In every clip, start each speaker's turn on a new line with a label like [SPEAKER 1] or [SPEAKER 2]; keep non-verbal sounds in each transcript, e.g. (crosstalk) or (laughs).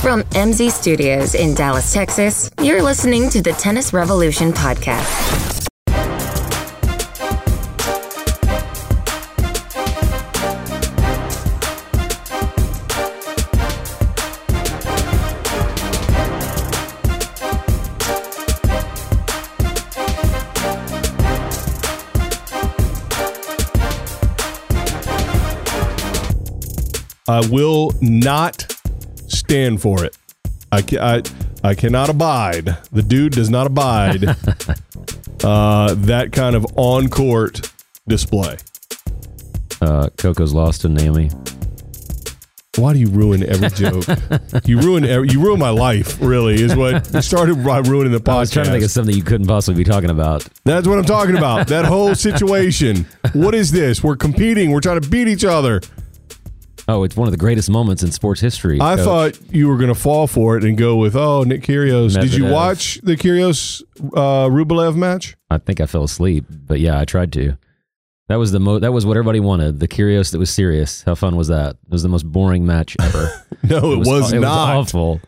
[SPEAKER 1] From MZ Studios in Dallas, Texas, you're listening to the Tennis Revolution Podcast.
[SPEAKER 2] I will not stand for it. I ca- I, I cannot abide. The dude does not
[SPEAKER 3] (laughs)
[SPEAKER 2] abide uh, that kind of on court display.
[SPEAKER 3] Uh, Coco's lost to Naomi.
[SPEAKER 2] Why do you ruin every joke? you ruin every, you ruin my life. Really, is what it started by ruining the podcast.
[SPEAKER 3] I was trying to think of something you couldn't possibly be talking about.
[SPEAKER 2] That's what I'm talking about. That whole situation. What is this? We're competing. We're trying to beat each other.
[SPEAKER 3] Oh, it's one of the greatest moments in sports history. Oh,
[SPEAKER 2] I
[SPEAKER 3] Coach.
[SPEAKER 2] thought you were going to fall for it and go with, oh, Nick Kyrgios. Did you
[SPEAKER 3] Medvedev.
[SPEAKER 2] watch the Kyrgios uh, Rublev match?
[SPEAKER 3] I think I fell asleep, but yeah, I tried to. That was the mo- That was what everybody wanted. The curious that was serious. How fun was that? It was the most boring match ever.
[SPEAKER 2] No, (laughs) it, was,
[SPEAKER 3] it
[SPEAKER 2] not.
[SPEAKER 3] Was awful.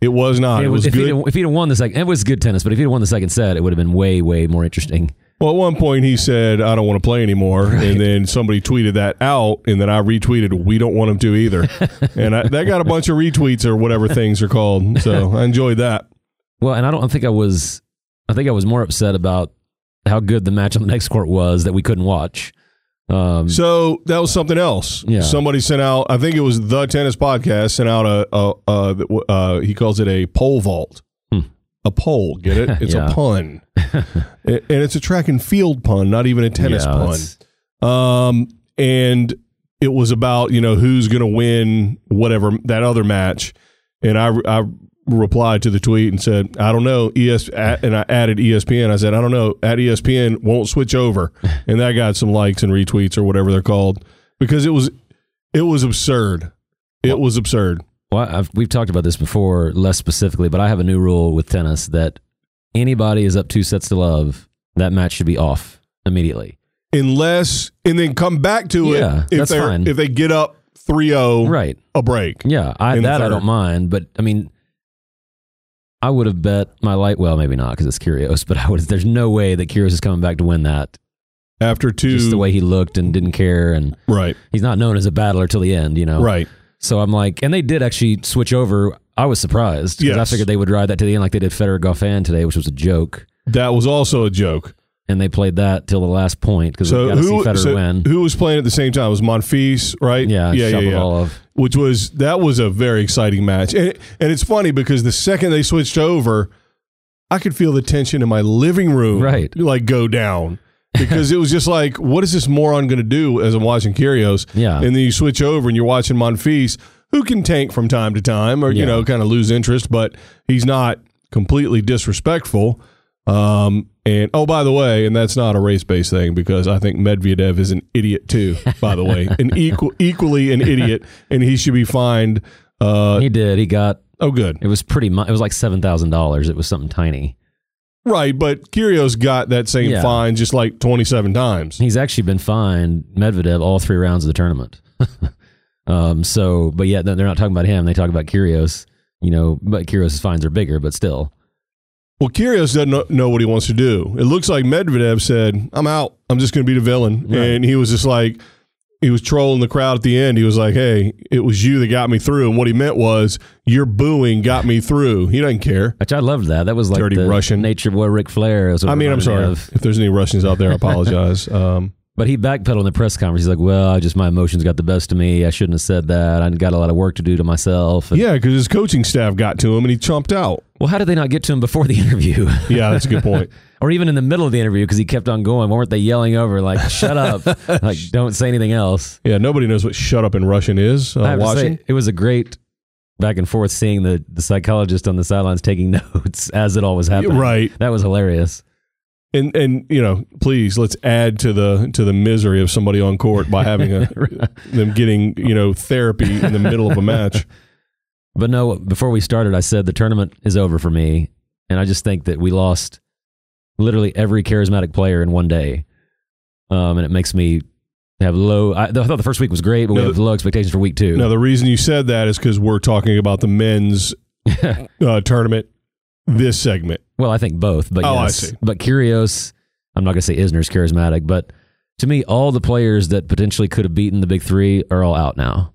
[SPEAKER 2] It was not. It, was,
[SPEAKER 3] if
[SPEAKER 2] good.
[SPEAKER 3] He'd, if he'd have won the second, it was good tennis. But if he'd have won the second set, it would have been way, way more interesting.
[SPEAKER 2] well, at one point he said, I don't want to play anymore. And then somebody tweeted that out. And then I retweeted, we don't want him to
[SPEAKER 3] (laughs)
[SPEAKER 2] either. and I, that got a bunch of retweets or whatever things are called.
[SPEAKER 3] (laughs)
[SPEAKER 2] So I enjoyed that.
[SPEAKER 3] Well, and I don't think I was. I think I was more upset about how good the match on the next court was that we couldn't watch. Um,
[SPEAKER 2] So that was something else.
[SPEAKER 3] Yeah.
[SPEAKER 2] Somebody sent out, I think it was the tennis podcast, sent out a, a, a uh, he calls it a pole vault.
[SPEAKER 3] Hmm.
[SPEAKER 2] A pole, get
[SPEAKER 3] (laughs)
[SPEAKER 2] it? It's
[SPEAKER 3] Yeah.
[SPEAKER 2] a pun. It- and it's a track and field pun, not even a tennis
[SPEAKER 3] yeah,
[SPEAKER 2] pun.
[SPEAKER 3] that's-
[SPEAKER 2] Um, and it was about, you know, who's going to win whatever that other match. And I, I replied to the tweet and said, I don't know. ES, at- and I added E ESPN. I said, I don't know. At E ESPN won't switch
[SPEAKER 3] (laughs)
[SPEAKER 2] over. And that got some likes and retweets or whatever they're called because it was, it was absurd. It was absurd.
[SPEAKER 3] Well, I've, we've talked about this before, less specifically, but I have a new rule with tennis that anybody is up two sets to love, that match should be off immediately.
[SPEAKER 2] Unless, and then come back to
[SPEAKER 3] Yeah,
[SPEAKER 2] it if
[SPEAKER 3] that's
[SPEAKER 2] they
[SPEAKER 3] fine.
[SPEAKER 2] if they get up 3 0,
[SPEAKER 3] Right.
[SPEAKER 2] a break.
[SPEAKER 3] Yeah. I,
[SPEAKER 2] In the
[SPEAKER 3] that I
[SPEAKER 2] third.
[SPEAKER 3] don't mind, but I mean, I would have bet my light. Well, maybe not because it's Curios, but I would. There's no way that Curios is coming back to win that.
[SPEAKER 2] After two,
[SPEAKER 3] Just the way he looked and didn't care, and
[SPEAKER 2] right,
[SPEAKER 3] he's not known as a battler till the end. You know.
[SPEAKER 2] right.
[SPEAKER 3] So I'm like, and they did actually switch over. I was surprised because I
[SPEAKER 2] Yes.
[SPEAKER 3] figured they would ride that to the end, like they did Federer Goffin today, which was a joke.
[SPEAKER 2] That was also a joke.
[SPEAKER 3] and they played that till the last point because we
[SPEAKER 2] So
[SPEAKER 3] got to see
[SPEAKER 2] who,
[SPEAKER 3] Federer
[SPEAKER 2] so
[SPEAKER 3] win.
[SPEAKER 2] who was playing at the same time? It was Monfils, right?
[SPEAKER 3] yeah,
[SPEAKER 2] yeah, yeah, yeah.
[SPEAKER 3] Shapovalov.
[SPEAKER 2] Which was that was a very exciting match, and and it's funny because the second they switched over, I could feel the tension in my living room,
[SPEAKER 3] Right.
[SPEAKER 2] Like go
[SPEAKER 3] (laughs)
[SPEAKER 2] down because it was just like, what is this moron going to do? As I'm watching Kyrgios,
[SPEAKER 3] Yeah.
[SPEAKER 2] and then you switch over and you're watching Monfils, who can tank from time to time or you
[SPEAKER 3] Yeah.
[SPEAKER 2] know kind of lose interest, but he's not completely disrespectful. Um, and oh, by the way, and that's not a race based thing because I think Medvedev is an idiot too. By the way, an equal (laughs) equally an idiot, and he should be fined. Uh,
[SPEAKER 3] he did. He got.
[SPEAKER 2] oh, good,
[SPEAKER 3] It was pretty. Mu- it was like seven thousand dollars. It was something tiny.
[SPEAKER 2] right? But Kyrgios got that same
[SPEAKER 3] Yeah.
[SPEAKER 2] fine just like twenty seven times.
[SPEAKER 3] He's actually been fined Medvedev all three rounds of the tournament. (laughs) um. So, but yeah, they're not talking about him. They talk about Kyrgios. You know, but Kyrgios' fines are bigger, but still.
[SPEAKER 2] Well, Kyrgios doesn't kno- know what he wants to do. It looks like Medvedev said, "I'm out. I'm just going to be the villain,"
[SPEAKER 3] Right.
[SPEAKER 2] and he was just like, he was trolling the crowd at the end. He was like, "Hey, it was you that got me through," and what he meant was, "Your booing got me through." He doesn't care.
[SPEAKER 3] Which I loved that. That was like
[SPEAKER 2] Dirty
[SPEAKER 3] the
[SPEAKER 2] Russian.
[SPEAKER 3] nature boy Ric Flair. is what
[SPEAKER 2] I
[SPEAKER 3] it
[SPEAKER 2] mean, I'm
[SPEAKER 3] reminded me
[SPEAKER 2] sorry
[SPEAKER 3] of.
[SPEAKER 2] if there's any Russians out there. I
[SPEAKER 3] (laughs)
[SPEAKER 2] apologize. Um,
[SPEAKER 3] But he backpedaled in the press conference. He's like, "Well, just my emotions got the best of me. I shouldn't have said that. I got a lot of work to do to myself." And-
[SPEAKER 2] yeah, because his coaching staff got to him and he chomped out.
[SPEAKER 3] Well, how did they not get to him before the (laughs) interview?
[SPEAKER 2] Yeah, that's a good
[SPEAKER 3] (laughs)
[SPEAKER 2] point.
[SPEAKER 3] or even in the middle of the interview because he kept on going. Weren't they yelling over like "Shut (laughs) up!" like "Don't say anything else"?
[SPEAKER 2] Yeah, nobody knows what "shut up" in Russian is. Uh,
[SPEAKER 3] I have to
[SPEAKER 2] watching.
[SPEAKER 3] say, it was a great back and forth seeing the the psychologist on the sidelines taking (laughs) notes as it all was happening.
[SPEAKER 2] Right.
[SPEAKER 3] that was hilarious.
[SPEAKER 2] and and you know, please let's add to the to the misery of somebody on court by having a, them getting you know therapy in the middle of a match.
[SPEAKER 3] But no, before we started, I said the tournament is over for me, and I just think that we lost literally every charismatic player in one day, um, and it makes me have low. I, I thought the first week was great, but
[SPEAKER 2] No,
[SPEAKER 3] we have low expectations for week two.
[SPEAKER 2] Now, the reason you said that is because we're talking about the men's uh, tournament this segment.
[SPEAKER 3] Well, I think both, but
[SPEAKER 2] Oh, I
[SPEAKER 3] yes.
[SPEAKER 2] see.
[SPEAKER 3] But Curios, I'm not going to say Isner's charismatic, but to me, all the players that potentially could have beaten the big three are all out now.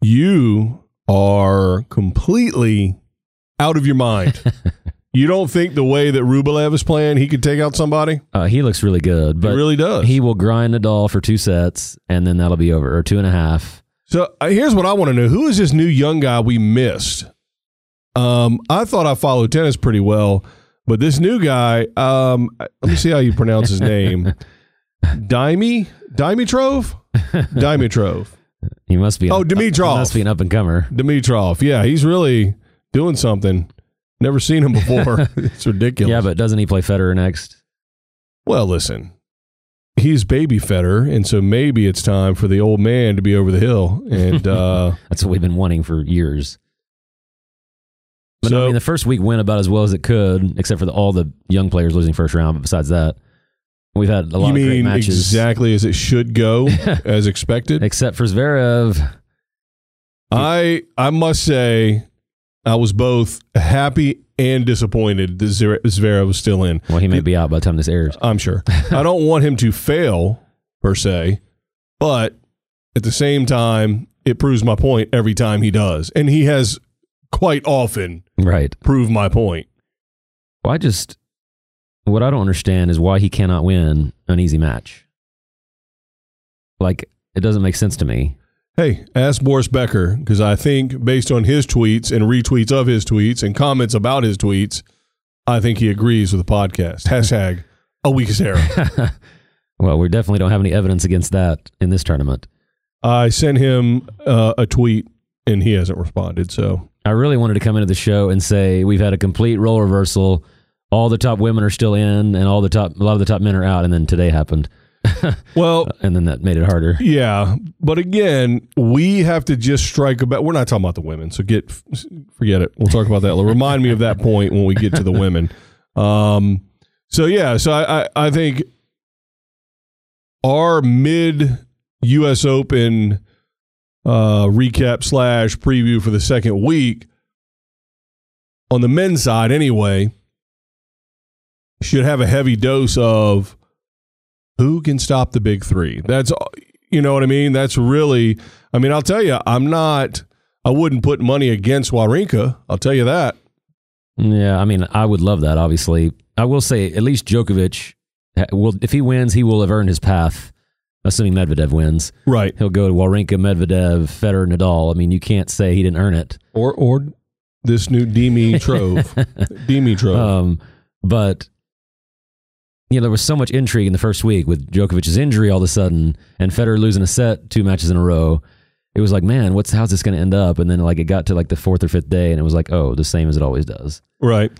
[SPEAKER 2] You are completely out of your mind. you don't think the way that Rublev is playing, he could take out somebody?
[SPEAKER 3] Uh, he looks really good, but
[SPEAKER 2] he really does.
[SPEAKER 3] he will grind Nadal for two sets, and then that'll be over, or two and a half.
[SPEAKER 2] So uh, here's what I want to know: Who is this new young guy we missed? Um, I thought I followed tennis pretty well, but this new guy. Um, let me see how you pronounce his name. Dimey Dimitrov Dimitrov
[SPEAKER 3] He must be an-
[SPEAKER 2] Oh, Dimitrov.
[SPEAKER 3] He must be an up and comer.
[SPEAKER 2] Dimitrov. Yeah, he's really doing something. Never seen him before. it's ridiculous.
[SPEAKER 3] Yeah, but doesn't he play Federer next?
[SPEAKER 2] well, listen. He's baby Federer, and so maybe it's time for the old man to be over the hill. And uh,
[SPEAKER 3] That's what we've been wanting for years. But no,
[SPEAKER 2] So-
[SPEAKER 3] I mean, the first week went about as well as it could, except for the, all the young players losing first round. But besides that, we've had a lot
[SPEAKER 2] you
[SPEAKER 3] of great
[SPEAKER 2] mean
[SPEAKER 3] matches.
[SPEAKER 2] exactly as it should
[SPEAKER 3] (laughs)
[SPEAKER 2] go, as expected.
[SPEAKER 3] Except for Zverev,
[SPEAKER 2] I I must say, I was both happy and disappointed that Zver- Zverev was still in.
[SPEAKER 3] well, he may be out by the time this airs.
[SPEAKER 2] I'm
[SPEAKER 3] (laughs)
[SPEAKER 2] sure. I don't want him to fail per se, but at the same time, it proves my point every time he does, and he has quite often
[SPEAKER 3] Right.
[SPEAKER 2] proved my point.
[SPEAKER 3] Well, I just what I don't understand is why he cannot win an easy match. Like it doesn't make sense to me.
[SPEAKER 2] Hey, ask Boris Becker because I think based on his tweets and retweets of his tweets and comments about his tweets, I think he agrees with the podcast. Hashtag a weakest arrow.
[SPEAKER 3] Well, we definitely don't have any evidence against that in this tournament.
[SPEAKER 2] I sent him uh, a tweet and he hasn't responded. So
[SPEAKER 3] I really wanted to come into the show and say we've had a complete role reversal. All the top women are still in, and all the top a lot of the top men are out. And then today happened,
[SPEAKER 2] well,
[SPEAKER 3] and then that made it harder.
[SPEAKER 2] yeah, but again, we have to just strike about. We're not talking about the women, so get forget it. We'll talk about that. Remind me of that point when we get to the women. Um, so yeah, so I I, I think our mid U.S. Open uh, recap slash preview for the second week on the men's side, anyway, should have a heavy dose of who can stop the big three. That's you know what I mean. That's really. I mean, I'll tell you, I'm not. I wouldn't put money against Warinka. I'll tell you that.
[SPEAKER 3] Yeah, I mean, I would love that. Obviously, I will say at least Djokovic ha- will, if he wins, he will have earned his path. Assuming Medvedev wins,
[SPEAKER 2] Right.
[SPEAKER 3] he'll go to Wawrinka, Medvedev, Federer, Nadal. I mean, you can't say he didn't earn it.
[SPEAKER 2] Or or this new
[SPEAKER 3] (laughs)
[SPEAKER 2] Dimitrov. Dimitrov.
[SPEAKER 3] Um, but you know, there was so much intrigue in the first week with Djokovic's injury all of a sudden, and Federer losing a set, two matches in a row. It was like, man, what's how's this going to end up? And then like it got to like the fourth or fifth day, and it was like, oh, the same as it always does.
[SPEAKER 2] Right.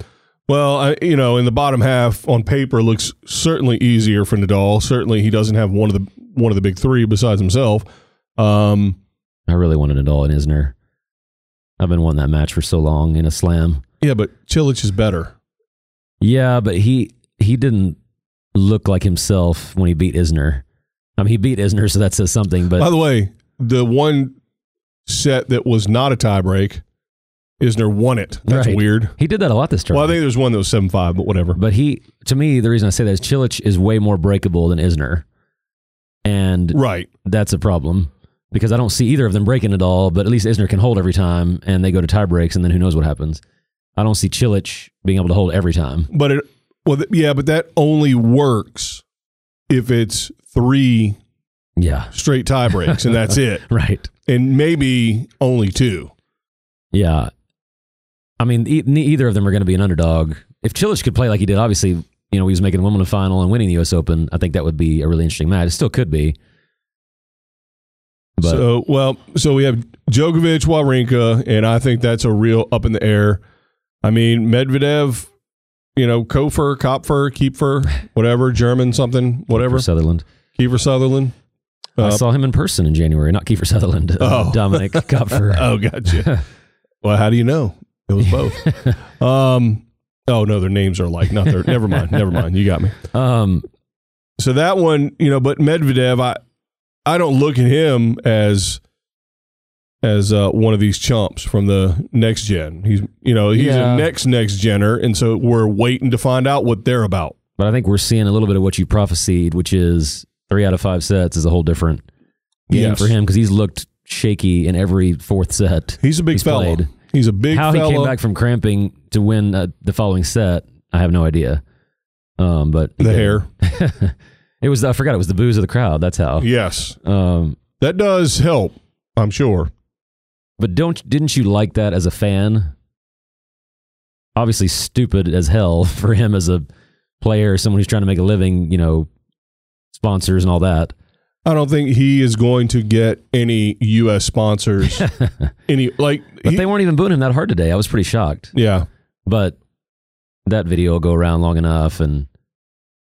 [SPEAKER 2] Well, I, you know, in the bottom half on paper looks certainly easier for Nadal. Certainly, he doesn't have one of the one of the big three besides himself. Um,
[SPEAKER 3] I really wanted Nadal and Isner. I've been wanting that match for so long in a slam.
[SPEAKER 2] yeah, but Chilich is better.
[SPEAKER 3] Yeah, but he he didn't look like himself when he beat Isner. I mean, he beat Isner, so that says something. But
[SPEAKER 2] By the way, the one set that was not a tiebreak, Isner won it. That's
[SPEAKER 3] Right.
[SPEAKER 2] weird.
[SPEAKER 3] he did that a lot this
[SPEAKER 2] Well, I
[SPEAKER 3] tournament.
[SPEAKER 2] think there's one that was seven five, but whatever.
[SPEAKER 3] But he, to me, the reason I say that is Chilich is way more breakable than Isner, and
[SPEAKER 2] Right.
[SPEAKER 3] that's a problem because I don't see either of them breaking it all. But at least Isner can hold every time, and they go to tie breaks, and then who knows what happens. I don't see Chilich being able to hold every time.
[SPEAKER 2] But it, well, th- yeah, but that only works if it's three
[SPEAKER 3] Yeah, (laughs)
[SPEAKER 2] straight tie breaks, and that's it,
[SPEAKER 3] right.
[SPEAKER 2] and maybe only two.
[SPEAKER 3] Yeah, I mean, e- ne- either of them are going to be an underdog. If Chilich could play like he did, obviously, you know, he was making the Wimbledon final and winning the U.S. Open. I think that would be a really interesting match. It still could be. But
[SPEAKER 2] so well, so we have Djokovic, Wawrinka, and I think that's a real up in the air. I mean Medvedev, you know Kofer, Kopfer, Keepfer, whatever German something, whatever
[SPEAKER 3] for Sutherland.
[SPEAKER 2] Kiefer Sutherland.
[SPEAKER 3] I
[SPEAKER 2] Uh,
[SPEAKER 3] saw him in person in January, not Kiefer Sutherland, uh,
[SPEAKER 2] Oh.
[SPEAKER 3] (laughs)
[SPEAKER 2] (laughs)
[SPEAKER 3] Dominic Kupfer.
[SPEAKER 2] Oh, gotcha. well, how do you know? It was both. um, oh no, their names are alike. Not their. never mind. Never mind. You got me.
[SPEAKER 3] Um,
[SPEAKER 2] So that one, you know, but Medvedev, I I don't look at him as as uh, one of these chumps from the next gen. He's you know he's
[SPEAKER 3] Yeah.
[SPEAKER 2] a next next gener, and so we're waiting to find out what they're about.
[SPEAKER 3] But I think we're seeing a little bit of what you prophesied, which is three out of five sets is a whole different game
[SPEAKER 2] Yes.
[SPEAKER 3] for him because he's looked shaky in every fourth set.
[SPEAKER 2] He's a big
[SPEAKER 3] He's
[SPEAKER 2] fella.
[SPEAKER 3] played.
[SPEAKER 2] He's a big
[SPEAKER 3] How
[SPEAKER 2] fella.
[SPEAKER 3] he came back from cramping to win uh, the following set, I have no idea. Um, but he
[SPEAKER 2] the
[SPEAKER 3] did.
[SPEAKER 2] hair,
[SPEAKER 3] it was I forgot it was the booze of the crowd. That's how.
[SPEAKER 2] yes,
[SPEAKER 3] Um,
[SPEAKER 2] that does help. I'm sure.
[SPEAKER 3] but don't didn't you like that as a fan? Obviously, stupid as hell (laughs) for him as a player, someone who's trying to make a living. You know, sponsors and all that.
[SPEAKER 2] I don't think he is going to get any U.S.
[SPEAKER 3] (laughs)
[SPEAKER 2] sponsors. any like,
[SPEAKER 3] But
[SPEAKER 2] he-
[SPEAKER 3] they weren't even booing him that hard today. I was pretty shocked.
[SPEAKER 2] yeah,
[SPEAKER 3] But that video will go around long enough, and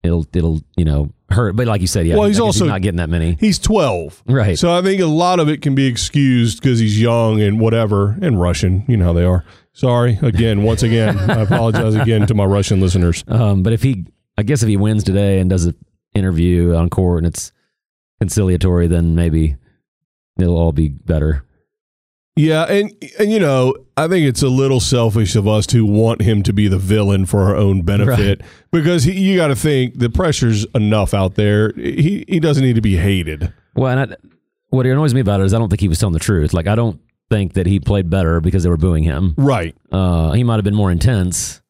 [SPEAKER 3] it'll it'll you know hurt. But like you said, yeah.
[SPEAKER 2] Well, he's
[SPEAKER 3] I guess
[SPEAKER 2] also-
[SPEAKER 3] not getting that many.
[SPEAKER 2] he's 12.
[SPEAKER 3] Right.
[SPEAKER 2] So I think a lot of it can be excused because he's young and whatever, and Russian. You know how they are. Sorry again, once again, I apologize again to my Russian listeners.
[SPEAKER 3] Um, but if he, I guess if he wins today and does an interview on court and it's conciliatory, then maybe it'll all be better.
[SPEAKER 2] Yeah, and and you know, I think it's a little selfish of us to want him to be the villain for our own benefit because he, you got to think the pressure's enough out there. He he doesn't need to be hated.
[SPEAKER 3] Well, and I, what annoys me about it is I don't think he was telling the truth. Like I don't think that he played better because they were booing him.
[SPEAKER 2] Right.
[SPEAKER 3] Uh, he might have been more intense,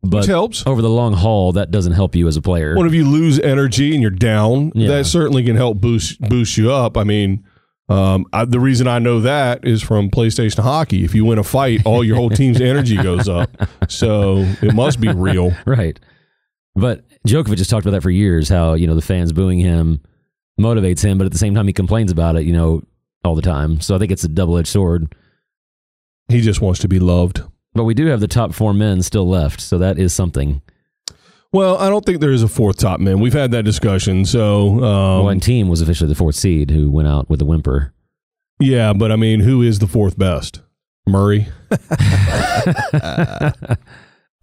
[SPEAKER 2] Which
[SPEAKER 3] but
[SPEAKER 2] helps.
[SPEAKER 3] over the long haul, that doesn't help you as a player.
[SPEAKER 2] Well, if you lose energy and you're down,
[SPEAKER 3] Yeah.
[SPEAKER 2] that certainly can help boost boost you up. I mean, um, I, the reason I know that is from PlayStation hockey. If you win a fight, all your whole team's energy goes up. So it must be real.
[SPEAKER 3] (laughs) Right. But Djokovic has talked about that for years how, you know, the fans booing him motivates him, but at the same time, he complains about it, you know, all the time. So I think it's a double edged sword.
[SPEAKER 2] He just wants to be loved.
[SPEAKER 3] But we do have the top four men still left. So that is something.
[SPEAKER 2] Well, I don't think there is a fourth top man. We've had that discussion. So um,
[SPEAKER 3] One team was officially the fourth seed who went out with a whimper.
[SPEAKER 2] yeah, but I mean, who is the fourth best? Murray.
[SPEAKER 3] uh,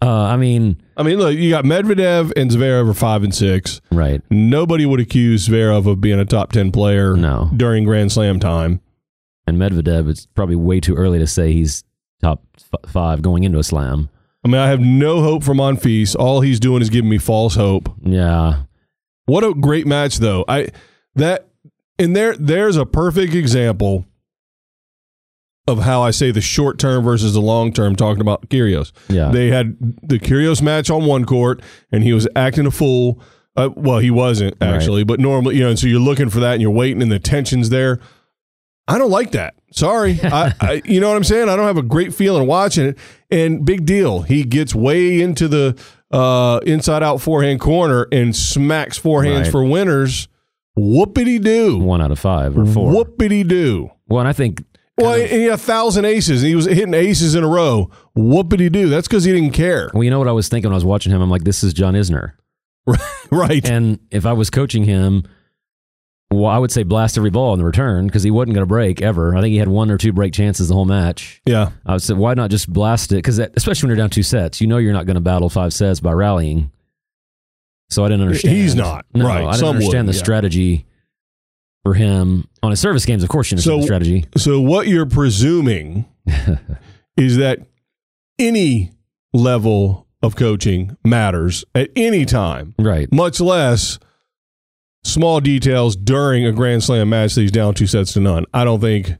[SPEAKER 3] I mean,
[SPEAKER 2] I mean, look, you got Medvedev and Zverev are five and six.
[SPEAKER 3] right.
[SPEAKER 2] Nobody would accuse Zverev of being a top ten player
[SPEAKER 3] No.
[SPEAKER 2] during Grand Slam time.
[SPEAKER 3] And Medvedev, it's probably way too early to say he's top f- five going into a slam.
[SPEAKER 2] I mean, I have no hope for Monfils. All he's doing is giving me false hope.
[SPEAKER 3] Yeah.
[SPEAKER 2] What a great match, though. I that and there there's a perfect example of how I say the short term versus the long term. Talking about Kyrgios,
[SPEAKER 3] Yeah.
[SPEAKER 2] they had the Kyrgios match on one court, and he was acting a fool. Uh, well, he wasn't
[SPEAKER 3] Right.
[SPEAKER 2] actually, but normally, you know. And so you're looking for that, and you're waiting, and the tension's there. I don't like that.
[SPEAKER 3] (laughs)
[SPEAKER 2] Sorry, I, I you know what I'm saying. I don't have a great feeling watching it. And big deal, he gets way into the uh, inside out forehand corner and smacks forehands
[SPEAKER 3] Right.
[SPEAKER 2] for winners. Whoopity do,
[SPEAKER 3] one out of five or four.
[SPEAKER 2] whoopity do.
[SPEAKER 3] Well, and I think
[SPEAKER 2] Well, and he had a thousand aces, and he was hitting aces in a row. Whoopity do. That's because he didn't
[SPEAKER 3] (laughs)
[SPEAKER 2] care.
[SPEAKER 3] Well, you know what I was thinking when I was watching him? I'm like, this is John Isner.
[SPEAKER 2] Right.
[SPEAKER 3] And if I was coaching him, well, I would say blast every ball in the return because he wasn't going to break ever. I think he had one or two break chances the whole match.
[SPEAKER 2] yeah.
[SPEAKER 3] I would say, why not just blast it? Because especially when you're down two sets, you know you're not going to battle five sets by rallying. So I didn't understand.
[SPEAKER 2] He's not.
[SPEAKER 3] No,
[SPEAKER 2] Right.
[SPEAKER 3] I didn't
[SPEAKER 2] Some
[SPEAKER 3] understand
[SPEAKER 2] would,
[SPEAKER 3] the
[SPEAKER 2] yeah.
[SPEAKER 3] strategy for him on his service games. Of course, you understand
[SPEAKER 2] So-
[SPEAKER 3] the strategy.
[SPEAKER 2] So what you're
[SPEAKER 3] (laughs)
[SPEAKER 2] presuming is that any level of coaching matters at any time,
[SPEAKER 3] Right.
[SPEAKER 2] much less small details during a Grand Slam match that he's down two sets to none. I don't think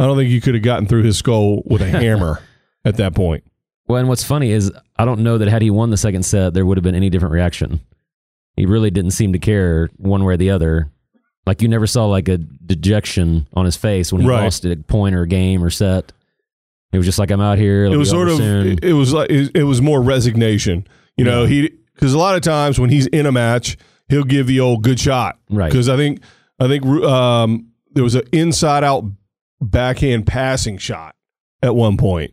[SPEAKER 2] I don't think you could have gotten through his skull with a hammer at that point.
[SPEAKER 3] Well, and what's funny is I don't know that had he won the second set, there would have been any different reaction. He really didn't seem to care one way or the other. Like you never saw like a dejection on his face when he
[SPEAKER 2] Right.
[SPEAKER 3] lost a point or a game or set. It was just like I'm out here.
[SPEAKER 2] It was sort of it, it was like it, it was more resignation. You know, he cuz a lot of times when he's in a match, he'll give the old good shot.
[SPEAKER 3] right.
[SPEAKER 2] because I think I think um, there was an inside out backhand passing shot at one point,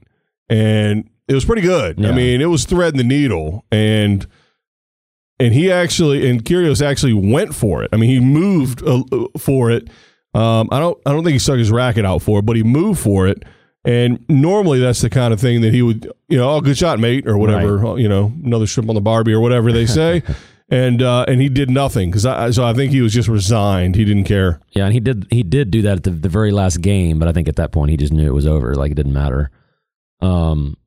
[SPEAKER 2] and it was pretty good. I
[SPEAKER 3] Yeah.
[SPEAKER 2] mean, it was threading the needle, and and he actually and Kyrgios actually went for it. I mean, he moved uh, for it. Um, I don't I don't think he stuck his racket out for it, but he moved for it. And normally that's the kind of oh, thing that he would, you know, oh, good shot, mate, or whatever, you know, another strip on the Barbie or whatever they say. and uh, and he did nothing because I, so I think he was just resigned. He didn't care.
[SPEAKER 3] Yeah, and he did he did do that at the, the very last game, but I think at that point he just knew it was over. Like it didn't matter. Um,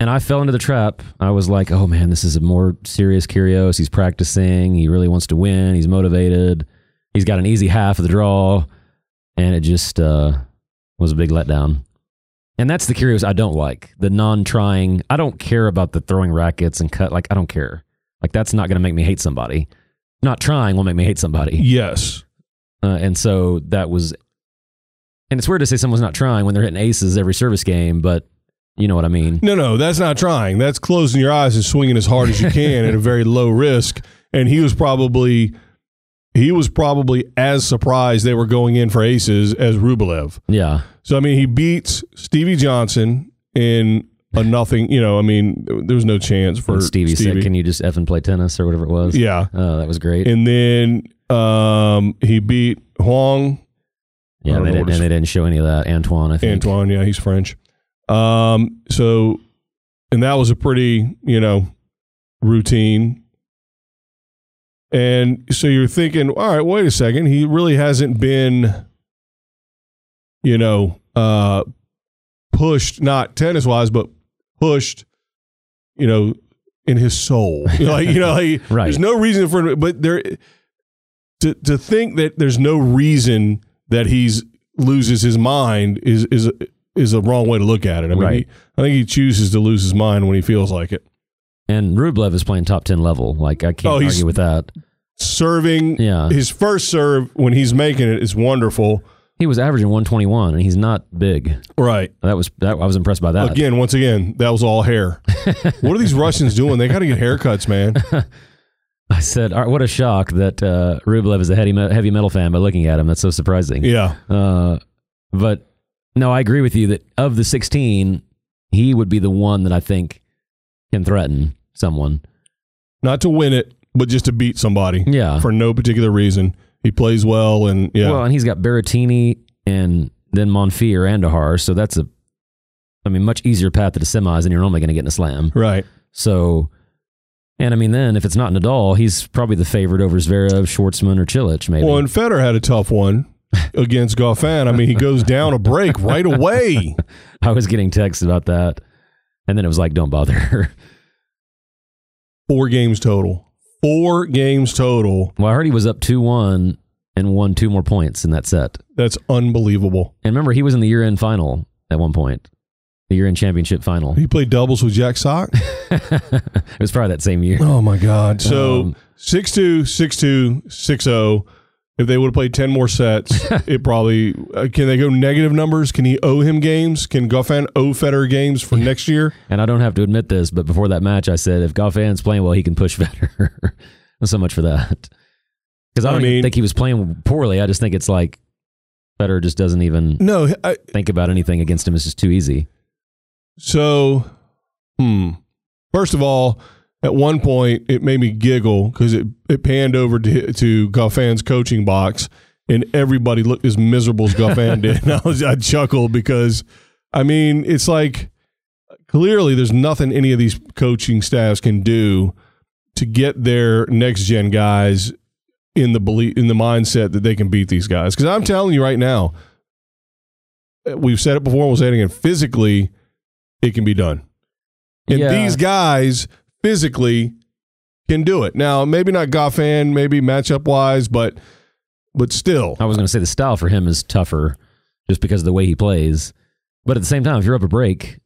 [SPEAKER 3] and I fell into the trap. I was like, oh man, this is a more serious Curios. He's practicing. He really wants to win. He's motivated. He's got an easy half of the draw, and it just uh, was a big letdown. And that's the Curios I don't like. The non-trying. I don't care about the throwing rackets and cut. Like I don't care. Like that's not going to make me hate somebody. Not trying will make me hate somebody.
[SPEAKER 2] Yes,
[SPEAKER 3] Uh, and so that was, and it's weird to say someone's not trying when they're hitting aces every service game, but you know what
[SPEAKER 2] (laughs)
[SPEAKER 3] I mean.
[SPEAKER 2] no, no, that's not trying. That's closing your eyes and swinging as hard as you can at a very low risk. And he was probably he was probably as surprised they were going in for aces as Rublev.
[SPEAKER 3] Yeah.
[SPEAKER 2] So I mean, he beats Stevie Johnson in a nothing. You know, I mean, there was no chance for
[SPEAKER 3] When Stevie, said, "Can you just f and play tennis or whatever it was?"
[SPEAKER 2] yeah,
[SPEAKER 3] Oh, that was great.
[SPEAKER 2] and then um, he beat Huang I
[SPEAKER 3] yeah,
[SPEAKER 2] don't
[SPEAKER 3] they
[SPEAKER 2] know
[SPEAKER 3] didn't,
[SPEAKER 2] what
[SPEAKER 3] and they didn't show any of that. Antoine, I think.
[SPEAKER 2] Antoine. Yeah, he's French. Um, so, and that was a pretty you know routine. And so you're thinking, all right, wait a second. He really hasn't been, you know, uh, pushed not tennis wise, but pushed, you know, in his soul. (laughs) like you know, like,
[SPEAKER 3] (laughs) Right.
[SPEAKER 2] there's no reason for him, but there to to think that there's no reason that he's loses his mind is is is a wrong way to look at it. I mean,
[SPEAKER 3] Right.
[SPEAKER 2] he- I think he chooses to lose his mind when he feels like it.
[SPEAKER 3] And Rublev is playing top ten level. Like I can't
[SPEAKER 2] Oh, he's-
[SPEAKER 3] argue with that.
[SPEAKER 2] Serving
[SPEAKER 3] Yeah.
[SPEAKER 2] his first serve when he's making it is wonderful.
[SPEAKER 3] He was averaging 121, and he's not big.
[SPEAKER 2] Right.
[SPEAKER 3] That was that. I was impressed by that.
[SPEAKER 2] Again, once again, that was all
[SPEAKER 3] (laughs)
[SPEAKER 2] hair. what are these Russians doing? They got to get haircuts, man.
[SPEAKER 3] I said, all right, "What a shock that uh, Rublev is a heavy me- heavy metal fan." By looking at him, that's so surprising.
[SPEAKER 2] Yeah.
[SPEAKER 3] Uh, but no, I agree with you that of the 16, he would be the one that I think can threaten someone.
[SPEAKER 2] Not to win it, but just to beat somebody
[SPEAKER 3] Yeah.
[SPEAKER 2] for no particular reason. He plays well and yeah.
[SPEAKER 3] Well, and he's got Berrettini and then Monfi or Andahar, so that's a, I mean, much easier path to the semis than you're normally going to get in a slam.
[SPEAKER 2] right.
[SPEAKER 3] So, and I mean, then if it's not Nadal, he's probably the favorite over Zverev, Schwartzman, or Chilich, maybe.
[SPEAKER 2] Well, and Federer had a tough (laughs) one against Goffin. I mean, he goes down a break right away.
[SPEAKER 3] I was getting texts about that, and then it was like, don't bother. (laughs)
[SPEAKER 2] Four games total. Four games total.
[SPEAKER 3] well, I heard he was up 2 1 and won two more points in that set.
[SPEAKER 2] That's unbelievable.
[SPEAKER 3] And remember, he was in the year end final at one point, the year end championship final.
[SPEAKER 2] He played doubles with Jack (laughs) Sock.
[SPEAKER 3] (laughs) it was probably that same year.
[SPEAKER 2] Oh my God. So
[SPEAKER 3] Um,
[SPEAKER 2] six two, six two, six zero. If they would have played ten more (laughs) sets, it probably uh, can they go negative numbers? Can he owe him games? Can Goffin owe Federer games for next year?
[SPEAKER 3] And I don't have to admit this, but before that match, I said if Goffin's playing well, he can push (laughs) better. so much for that. Because I
[SPEAKER 2] I
[SPEAKER 3] don't even
[SPEAKER 2] mean-
[SPEAKER 3] think he was playing poorly. I just think it's like Federer just doesn't even
[SPEAKER 2] No. I,
[SPEAKER 3] think about anything against him. It's just too easy.
[SPEAKER 2] So, hmm. First of all, at one point, it made me giggle because it, it panned over to, to Goffin's coaching box, and everybody looked as miserable as Goffin did. (laughs) And I, was, I chuckled because, I mean, it's like clearly there's nothing any of these coaching staffs can do to get their next gen guys in the belief in the mindset that they can beat these guys. Because I'm telling you right now, eh, we've said it before, and we'll say it again. Physically, it can be done. And
[SPEAKER 3] Yeah.
[SPEAKER 2] these guys physically can do it. Now, maybe not Goffin, maybe matchup wise, but but still.
[SPEAKER 3] I was going to say the style for him is tougher just because of the way he plays. But at the same time, if you're up a break,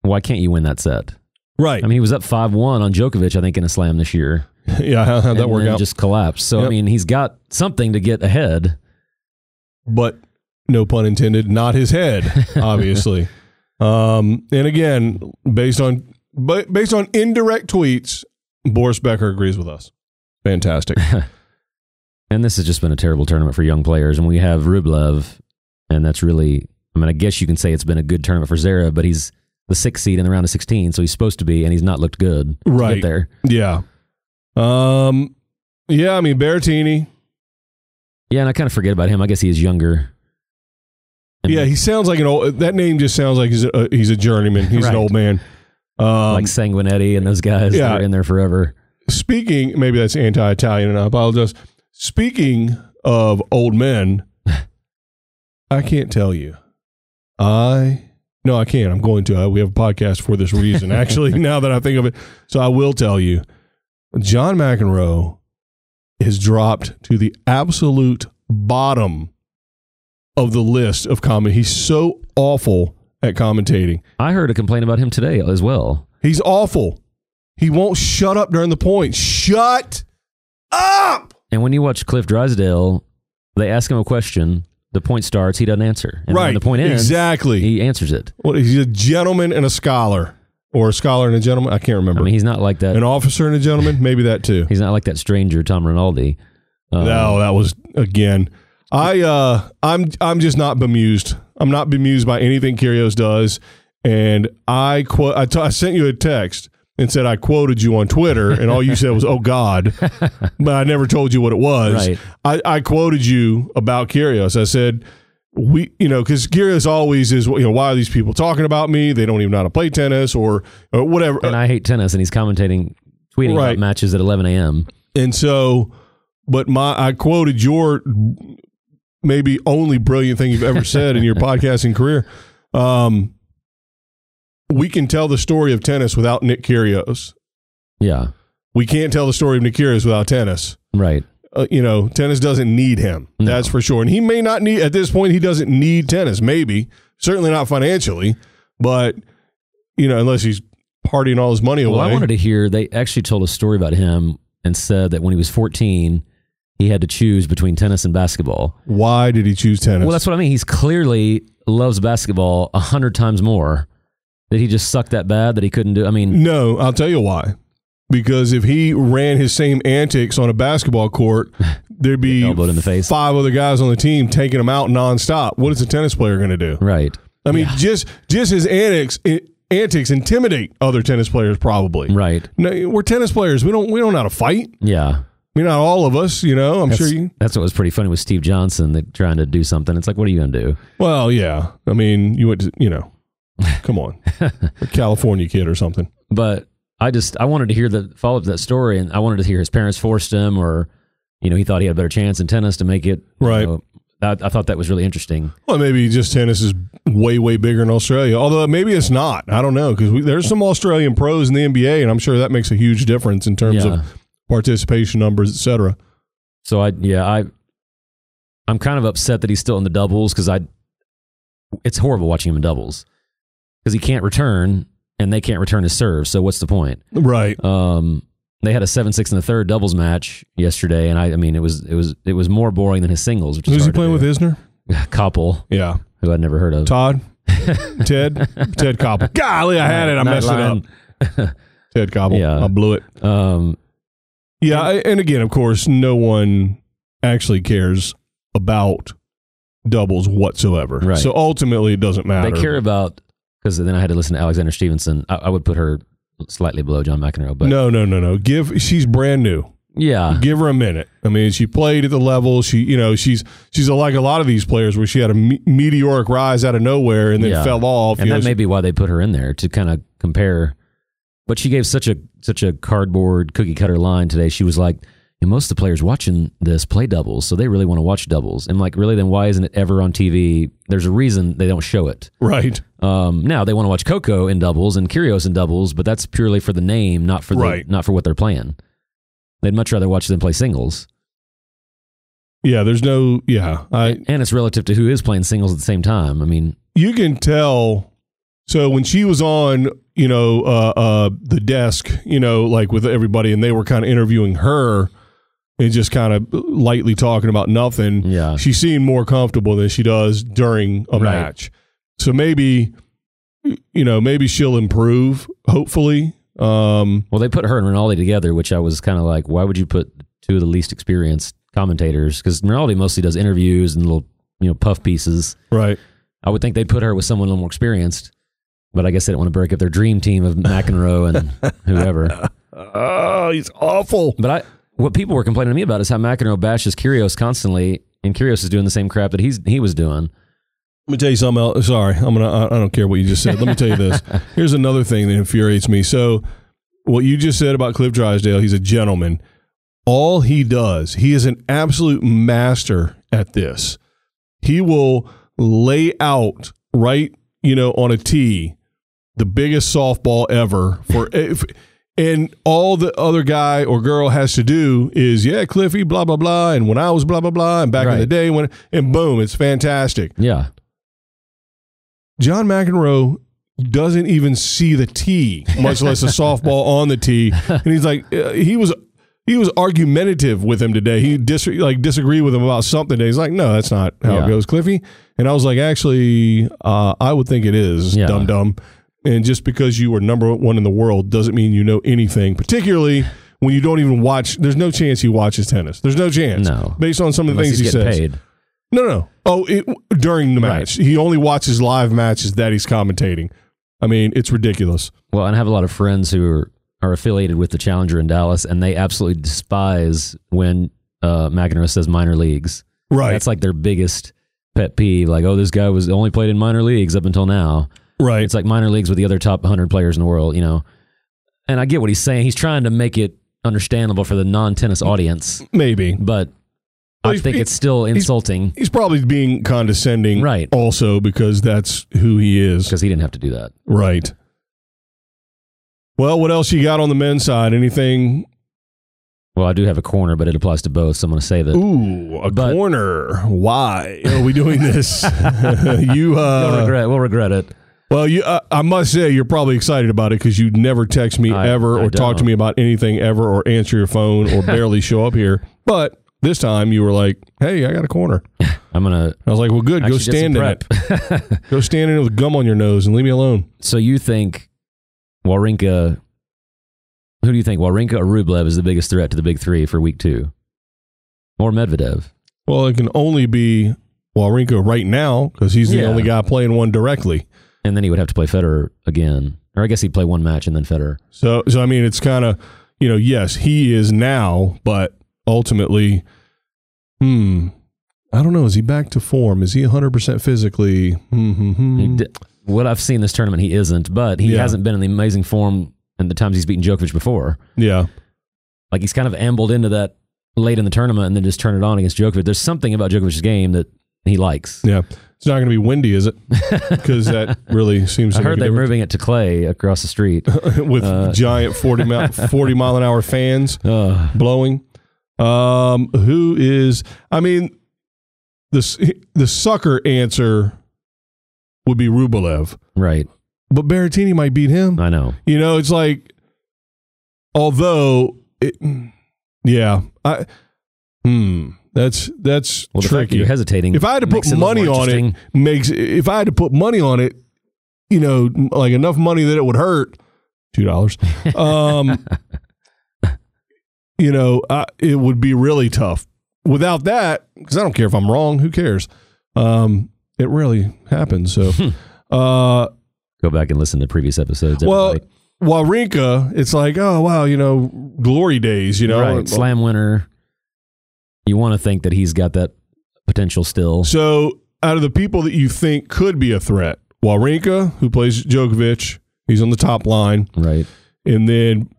[SPEAKER 3] why can't you win that set?
[SPEAKER 2] Right.
[SPEAKER 3] I mean, he was up 5 1 on Djokovic, I think, in a slam this year.
[SPEAKER 2] (laughs) yeah, how- how'd that
[SPEAKER 3] and
[SPEAKER 2] work
[SPEAKER 3] then
[SPEAKER 2] out?
[SPEAKER 3] just collapsed. So I
[SPEAKER 2] Yep.
[SPEAKER 3] mean, he's got something to get
[SPEAKER 2] (laughs)
[SPEAKER 3] ahead.
[SPEAKER 2] but no pun intended, not his
[SPEAKER 3] (laughs)
[SPEAKER 2] head, obviously. um, and again, based on but based on indirect tweets, Boris Becker agrees with us.
[SPEAKER 3] (laughs)
[SPEAKER 2] Fantastic.
[SPEAKER 3] And this has just been a terrible tournament for young players. And we have Rublev, and that's really. I mean, I guess you can say it's been a good tournament for Zverev, but he's the sixth seed in the round of sixteen, so he's supposed to be, and he's not looked good. to get
[SPEAKER 2] Right.
[SPEAKER 3] there.
[SPEAKER 2] yeah. Um, yeah, I mean Berrettini.
[SPEAKER 3] Yeah, and I kind of forget about him. I guess he is younger. And
[SPEAKER 2] Yeah, he sounds like an old. That name just sounds like he's a, he's a journeyman. He's
[SPEAKER 3] Right.
[SPEAKER 2] an old man. Um,
[SPEAKER 3] like Sanguinetti and those guys
[SPEAKER 2] yeah.
[SPEAKER 3] that are in there forever.
[SPEAKER 2] speaking, maybe that's anti-Italian, and I apologize. Speaking of old men, I can't tell you. I no, I can't. I'm going to. Uh, we have a podcast for this reason. Actually, now that I think of it, so I will tell you. John McEnroe has dropped to the absolute bottom of the list of comment. He's so awful at commentating.
[SPEAKER 3] I heard a complaint about him today as well.
[SPEAKER 2] He's awful. He won't shut up during the point. Shut up.
[SPEAKER 3] And when you watch Cliff Drysdale, they ask him a question. The point starts, he doesn't answer. And
[SPEAKER 2] right.
[SPEAKER 3] When the point ends,
[SPEAKER 2] exactly.
[SPEAKER 3] he answers it.
[SPEAKER 2] What he's a gentleman and a scholar, or a scholar and a gentleman. I can't remember.
[SPEAKER 3] I mean, uh, he's not like that.
[SPEAKER 2] An officer and a gentleman, maybe that too.
[SPEAKER 3] He's not like that stranger, Tom Rinaldi. Um,
[SPEAKER 2] no, that was again. I uh, I'm I'm just not bemused. I'm not bemused by anything Curios does. And I quote. I, t- I sent you a text and said I quoted you on Twitter, and all you said was "Oh
[SPEAKER 3] (laughs)
[SPEAKER 2] God," but I never told you what it was.
[SPEAKER 3] Right.
[SPEAKER 2] I, I quoted you about Curios. I said. We, you know, because Curios always is, you know, why are these people talking about me? They don't even know how to play tennis or, or whatever.
[SPEAKER 3] And I hate tennis, and he's commentating, tweeting
[SPEAKER 2] uh, Right.
[SPEAKER 3] about matches at 11 a.m.
[SPEAKER 2] And so, but my, I quoted your maybe only brilliant thing you've ever said
[SPEAKER 3] (laughs)
[SPEAKER 2] in your podcasting career. Um, we can tell the story of tennis without Nick Kyrgios.
[SPEAKER 3] Yeah.
[SPEAKER 2] We can't tell the story of Nick Kyrgios without tennis.
[SPEAKER 3] Right.
[SPEAKER 2] Uh, you know, tennis doesn't need him.
[SPEAKER 3] No.
[SPEAKER 2] That's for sure. And he may not need at this point. He doesn't need tennis. Maybe certainly not financially, but you know, unless he's partying all his money away.
[SPEAKER 3] Well, I wanted to hear. They actually told a story about him and said that when he was 14, he had to choose between tennis and basketball.
[SPEAKER 2] Why did he choose tennis?
[SPEAKER 3] Well, that's what I mean. He's clearly loves basketball a hundred times more. That he just sucked that bad that he couldn't do. I mean,
[SPEAKER 2] No, I'll tell you why. Because if he ran his same antics on a basketball
[SPEAKER 3] (laughs)
[SPEAKER 2] court, there'd be
[SPEAKER 3] Elbowed in the face.
[SPEAKER 2] five other guys on the team taking him out nonstop. What is a tennis player going to do?
[SPEAKER 3] right,
[SPEAKER 2] I mean, just just his antics i- antics intimidate other tennis players probably.
[SPEAKER 3] right,
[SPEAKER 2] No, we're tennis players. We don't we don't know how to fight.
[SPEAKER 3] yeah.
[SPEAKER 2] I mean, not all of us, you know. I'm
[SPEAKER 3] That's,
[SPEAKER 2] sure you.
[SPEAKER 3] that's what was pretty funny with Steve Johnson that trying to do something. It's like, what are you going to do?
[SPEAKER 2] Well, yeah. I mean, you went to you
[SPEAKER 3] (laughs)
[SPEAKER 2] know. Come on, a California kid or something.
[SPEAKER 3] But I just I wanted to hear the follow up to that story, and I wanted to hear his parents forced him, or you know, he thought he had a better chance in tennis to make it. you
[SPEAKER 2] Right.
[SPEAKER 3] know. I, I thought that was really interesting.
[SPEAKER 2] Well, maybe just tennis is way, way bigger in Australia. Although maybe it's not. I don't know because there's some Australian pros in the NBA, and I'm sure that makes a huge difference in terms
[SPEAKER 3] Yeah.
[SPEAKER 2] of participation numbers, et cetera.
[SPEAKER 3] So I yeah I I'm kind of upset that he's still in the doubles because I it's horrible watching him in doubles because he can't return and they can't return his serve. So what's the point?
[SPEAKER 2] Right.
[SPEAKER 3] Um, they had a seven six in the third doubles match yesterday, and I I mean it was it was it was more boring than his singles. Which is
[SPEAKER 2] Who's he
[SPEAKER 3] hard to
[SPEAKER 2] playing with?
[SPEAKER 3] do.
[SPEAKER 2] Isner?
[SPEAKER 3] (laughs) Koppel,
[SPEAKER 2] Yeah.
[SPEAKER 3] who I'd never heard of. (laughs)
[SPEAKER 2] Todd? Ted? Ted Koppel. Golly, I had it. I
[SPEAKER 3] Not
[SPEAKER 2] messed it
[SPEAKER 3] lying.
[SPEAKER 2] up. Ted Koppel.
[SPEAKER 3] Yeah.
[SPEAKER 2] I blew it.
[SPEAKER 3] Um,
[SPEAKER 2] Yeah. I, and again, of course, no one actually cares about doubles whatsoever.
[SPEAKER 3] Right.
[SPEAKER 2] So ultimately, it doesn't matter.
[SPEAKER 3] they care about because then I had to listen to Alexander Stevenson. I, I would put her slightly below John McEnroe, but
[SPEAKER 2] no, no, no, no. Give. She's brand new.
[SPEAKER 3] yeah,
[SPEAKER 2] give her a minute. I mean, she played at the level. She, you know, she's she's like a lot of these players where she had a me- meteoric rise out of nowhere and then
[SPEAKER 3] Yeah.
[SPEAKER 2] fell off.
[SPEAKER 3] and
[SPEAKER 2] you
[SPEAKER 3] that
[SPEAKER 2] know,
[SPEAKER 3] may be why they put her in there to kind of compare. But she gave such a such a cardboard cookie cutter line today. She was like, "And "Most of the players watching this play doubles, so they really want to watch doubles." And I'm like, really, then why isn't it ever on TV? There's a reason they don't show it.
[SPEAKER 2] right,
[SPEAKER 3] Um, now they want to watch Coco in doubles and Curios in doubles, but that's purely for the name, not for the,
[SPEAKER 2] Right.
[SPEAKER 3] not for what they're playing. They'd much rather watch them play singles,
[SPEAKER 2] yeah. There's no, yeah. I
[SPEAKER 3] and it's relative to who is playing singles at the same time. I mean,
[SPEAKER 2] you can tell. So when she was on, you know, uh, uh, the desk, you know, like with everybody, and they were kind of interviewing her and just kind of lightly talking about nothing.
[SPEAKER 3] yeah,
[SPEAKER 2] she seemed more comfortable than she does during a
[SPEAKER 3] Right.
[SPEAKER 2] match. So maybe, you know, maybe she'll improve. Hopefully, um,
[SPEAKER 3] Well, they put her and Rinaldi together, which I was kind of like, why would you put two of the least experienced commentators? Because Rinaldi mostly does interviews and little, you know, puff pieces.
[SPEAKER 2] right?
[SPEAKER 3] I would think they'd put her with someone a little more experienced, but I guess they didn't want to break up their dream team of McEnroe and whoever.
[SPEAKER 2] Oh, he's awful.
[SPEAKER 3] But I, what people were complaining to me about is how McEnroe bashes Curios constantly, and Curios is doing the same crap that he's he was doing.
[SPEAKER 2] Let me tell you something else. Sorry, I'm gonna. I, I don't care what you just said. Let me tell you this. Here's another thing that infuriates me. So what you just said about Cliff Drysdale, he's a gentleman. All he does, he is an absolute master at this. He will lay out right, you know, on a tee, the biggest softball ever for if, and all the other guy or girl has to do is yeah, Cliffy, blah blah blah, and when I was blah blah blah, and back in the
[SPEAKER 3] Right.
[SPEAKER 2] day when, and boom, it's fantastic.
[SPEAKER 3] Yeah.
[SPEAKER 2] John McEnroe doesn't even see the tee, much
[SPEAKER 3] (laughs)
[SPEAKER 2] less a softball on the tee, and he's like, uh, he was he was argumentative with him today. He dis- like disagreed with him about something. Today. He's like, no, that's not how it
[SPEAKER 3] Yeah.
[SPEAKER 2] goes, Cliffy. And I was like, actually, uh, I would think it is,
[SPEAKER 3] Yeah.
[SPEAKER 2] dum dum. And just because you were number one in the world doesn't mean you know anything, particularly. When you don't even watch, there's no chance he watches tennis. There's no chance.
[SPEAKER 3] No.
[SPEAKER 2] Based on some of the things
[SPEAKER 3] Unless he's
[SPEAKER 2] he
[SPEAKER 3] getting
[SPEAKER 2] says.
[SPEAKER 3] paid.
[SPEAKER 2] No, no. Oh, it, during the match, he only watches live matches that he's commentating. I mean, it's ridiculous.
[SPEAKER 3] Well, and I have a lot of friends who are, are affiliated with the Challenger in Dallas, and they absolutely despise when uh, McEnroe says minor leagues.
[SPEAKER 2] Right,
[SPEAKER 3] That's like their biggest pet peeve. Like, oh, this guy was only played in minor leagues up until now.
[SPEAKER 2] right.
[SPEAKER 3] It's like minor leagues with the other top 100 players in the world, you know. And I get what he's saying. He's trying to make it understandable for the non tennis audience,
[SPEAKER 2] Maybe
[SPEAKER 3] but
[SPEAKER 2] Well,
[SPEAKER 3] I
[SPEAKER 2] he's-
[SPEAKER 3] think
[SPEAKER 2] he-
[SPEAKER 3] it's still insulting
[SPEAKER 2] he's probably being condescending,
[SPEAKER 3] Right.
[SPEAKER 2] Also, because that's who he is,
[SPEAKER 3] because he didn't have to do that.
[SPEAKER 2] right? Well, what else you got on the men's side? Anything?
[SPEAKER 3] Well, I do have a corner, but it applies to both. So I'm going to
[SPEAKER 2] Uh,
[SPEAKER 3] say that.
[SPEAKER 2] Ooh, a
[SPEAKER 3] But-
[SPEAKER 2] corner. Why are we doing (laughs) this? you
[SPEAKER 3] You'll
[SPEAKER 2] uh,
[SPEAKER 3] regret, we'll regret it.
[SPEAKER 2] Well, you, uh, I must say you're probably excited about it because you never text me
[SPEAKER 3] I-
[SPEAKER 2] ever
[SPEAKER 3] I
[SPEAKER 2] or talk to
[SPEAKER 3] don't.
[SPEAKER 2] me about anything ever or answer your phone
[SPEAKER 3] (laughs)
[SPEAKER 2] or barely show up here. But this time you were like, "Hey, I got a corner."
[SPEAKER 3] I'm going to
[SPEAKER 2] I was like, "Well, good. Go
[SPEAKER 3] Actually did
[SPEAKER 2] stand in
[SPEAKER 3] some
[SPEAKER 2] it.
[SPEAKER 3] prep.
[SPEAKER 2] Go stand in it with gum on your nose and leave me alone."
[SPEAKER 3] (laughs) so you think Wawrinka? Who do you think Wawrinka or Rublev is the biggest threat to the big three for week two, or Medvedev?
[SPEAKER 2] Well, it can only be Wawrinka right now because he's the
[SPEAKER 3] Yeah.
[SPEAKER 2] only guy playing one directly.
[SPEAKER 3] And then he would have to play Federer again, or I guess he'd play one match and then Federer.
[SPEAKER 2] So, so I mean, it's kind of, you know, yes, he is now, but ultimately, hmm, I don't know. Is he back to form? Is he 100% physically? Hmm, hmm, hmm.
[SPEAKER 3] He d- What I've seen this tournament, he isn't, but he
[SPEAKER 2] Yeah.
[SPEAKER 3] hasn't been in the amazing form in the times he's beaten Djokovic before.
[SPEAKER 2] yeah.
[SPEAKER 3] Like he's kind of ambled into that late in the tournament and then just turned it on against Djokovic. There's something about Djokovic's game that he likes.
[SPEAKER 2] Yeah. It's not going to be windy,
[SPEAKER 3] (laughs)
[SPEAKER 2] is it? Because that really seems to
[SPEAKER 3] I heard
[SPEAKER 2] make
[SPEAKER 3] they're
[SPEAKER 2] a
[SPEAKER 3] moving it to clay across
[SPEAKER 2] (laughs)
[SPEAKER 3] the street.
[SPEAKER 2] difference with
[SPEAKER 3] uh,
[SPEAKER 2] giant 40 mile,
[SPEAKER 3] (laughs)
[SPEAKER 2] 40 mile an hour fans
[SPEAKER 3] Ugh.
[SPEAKER 2] blowing. Um, who is, I mean, the, s- the sucker answer would be Rublev,
[SPEAKER 3] Right.
[SPEAKER 2] but Berrettini might beat him.
[SPEAKER 3] I know.
[SPEAKER 2] You know, it's like, although, it, yeah, I, hmm, that's that's
[SPEAKER 3] Well, the fact that
[SPEAKER 2] tricky.
[SPEAKER 3] you're hesitating.
[SPEAKER 2] if I had to put
[SPEAKER 3] makes it a little
[SPEAKER 2] money
[SPEAKER 3] more
[SPEAKER 2] on it,
[SPEAKER 3] interesting.
[SPEAKER 2] makes if I had to put money on it, you know, like enough money that it would hurt two
[SPEAKER 3] (laughs)
[SPEAKER 2] dollars. Um, you know, I, it would be really tough without that because I don't care if I'm wrong. Who cares? Um, it rarely happens.
[SPEAKER 3] (laughs)
[SPEAKER 2] So, uh.
[SPEAKER 3] go back and listen to previous episodes.
[SPEAKER 2] Well,
[SPEAKER 3] everybody.
[SPEAKER 2] Wawrinka, it's like, oh wow, you know, glory days, you know.
[SPEAKER 3] right, slam winner. You want to think that he's got that potential still.
[SPEAKER 2] So, out of the people that you think could be a threat, Wawrinka, who plays Djokovic, he's on the top line,
[SPEAKER 3] Right.
[SPEAKER 2] and then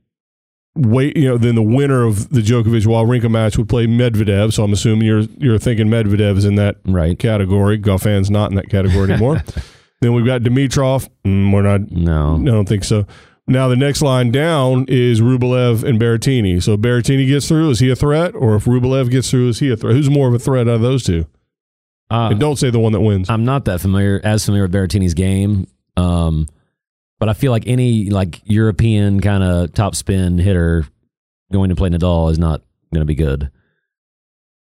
[SPEAKER 2] wait, you know, then the winner of the Djokovic Wawrinka match would play Medvedev. So I'm assuming you're you're thinking Medvedev is in that
[SPEAKER 3] Right.
[SPEAKER 2] category. Goffin's not in that category
[SPEAKER 3] (laughs)
[SPEAKER 2] anymore. then we've got Dimitrov. Mm, we're not
[SPEAKER 3] No.
[SPEAKER 2] I don't think so. Now the next line down is Rublev and Berrettini. So if Berrettini gets through, is he a threat? Or if Rublev gets through, is he a threat? Who's more of a threat out of those two?
[SPEAKER 3] Uh,
[SPEAKER 2] and don't say the one that wins.
[SPEAKER 3] I'm not that familiar as familiar with Berrettini's game. Um, but I feel like any like European kind of top spin hitter going to play Nadal is not going to be good.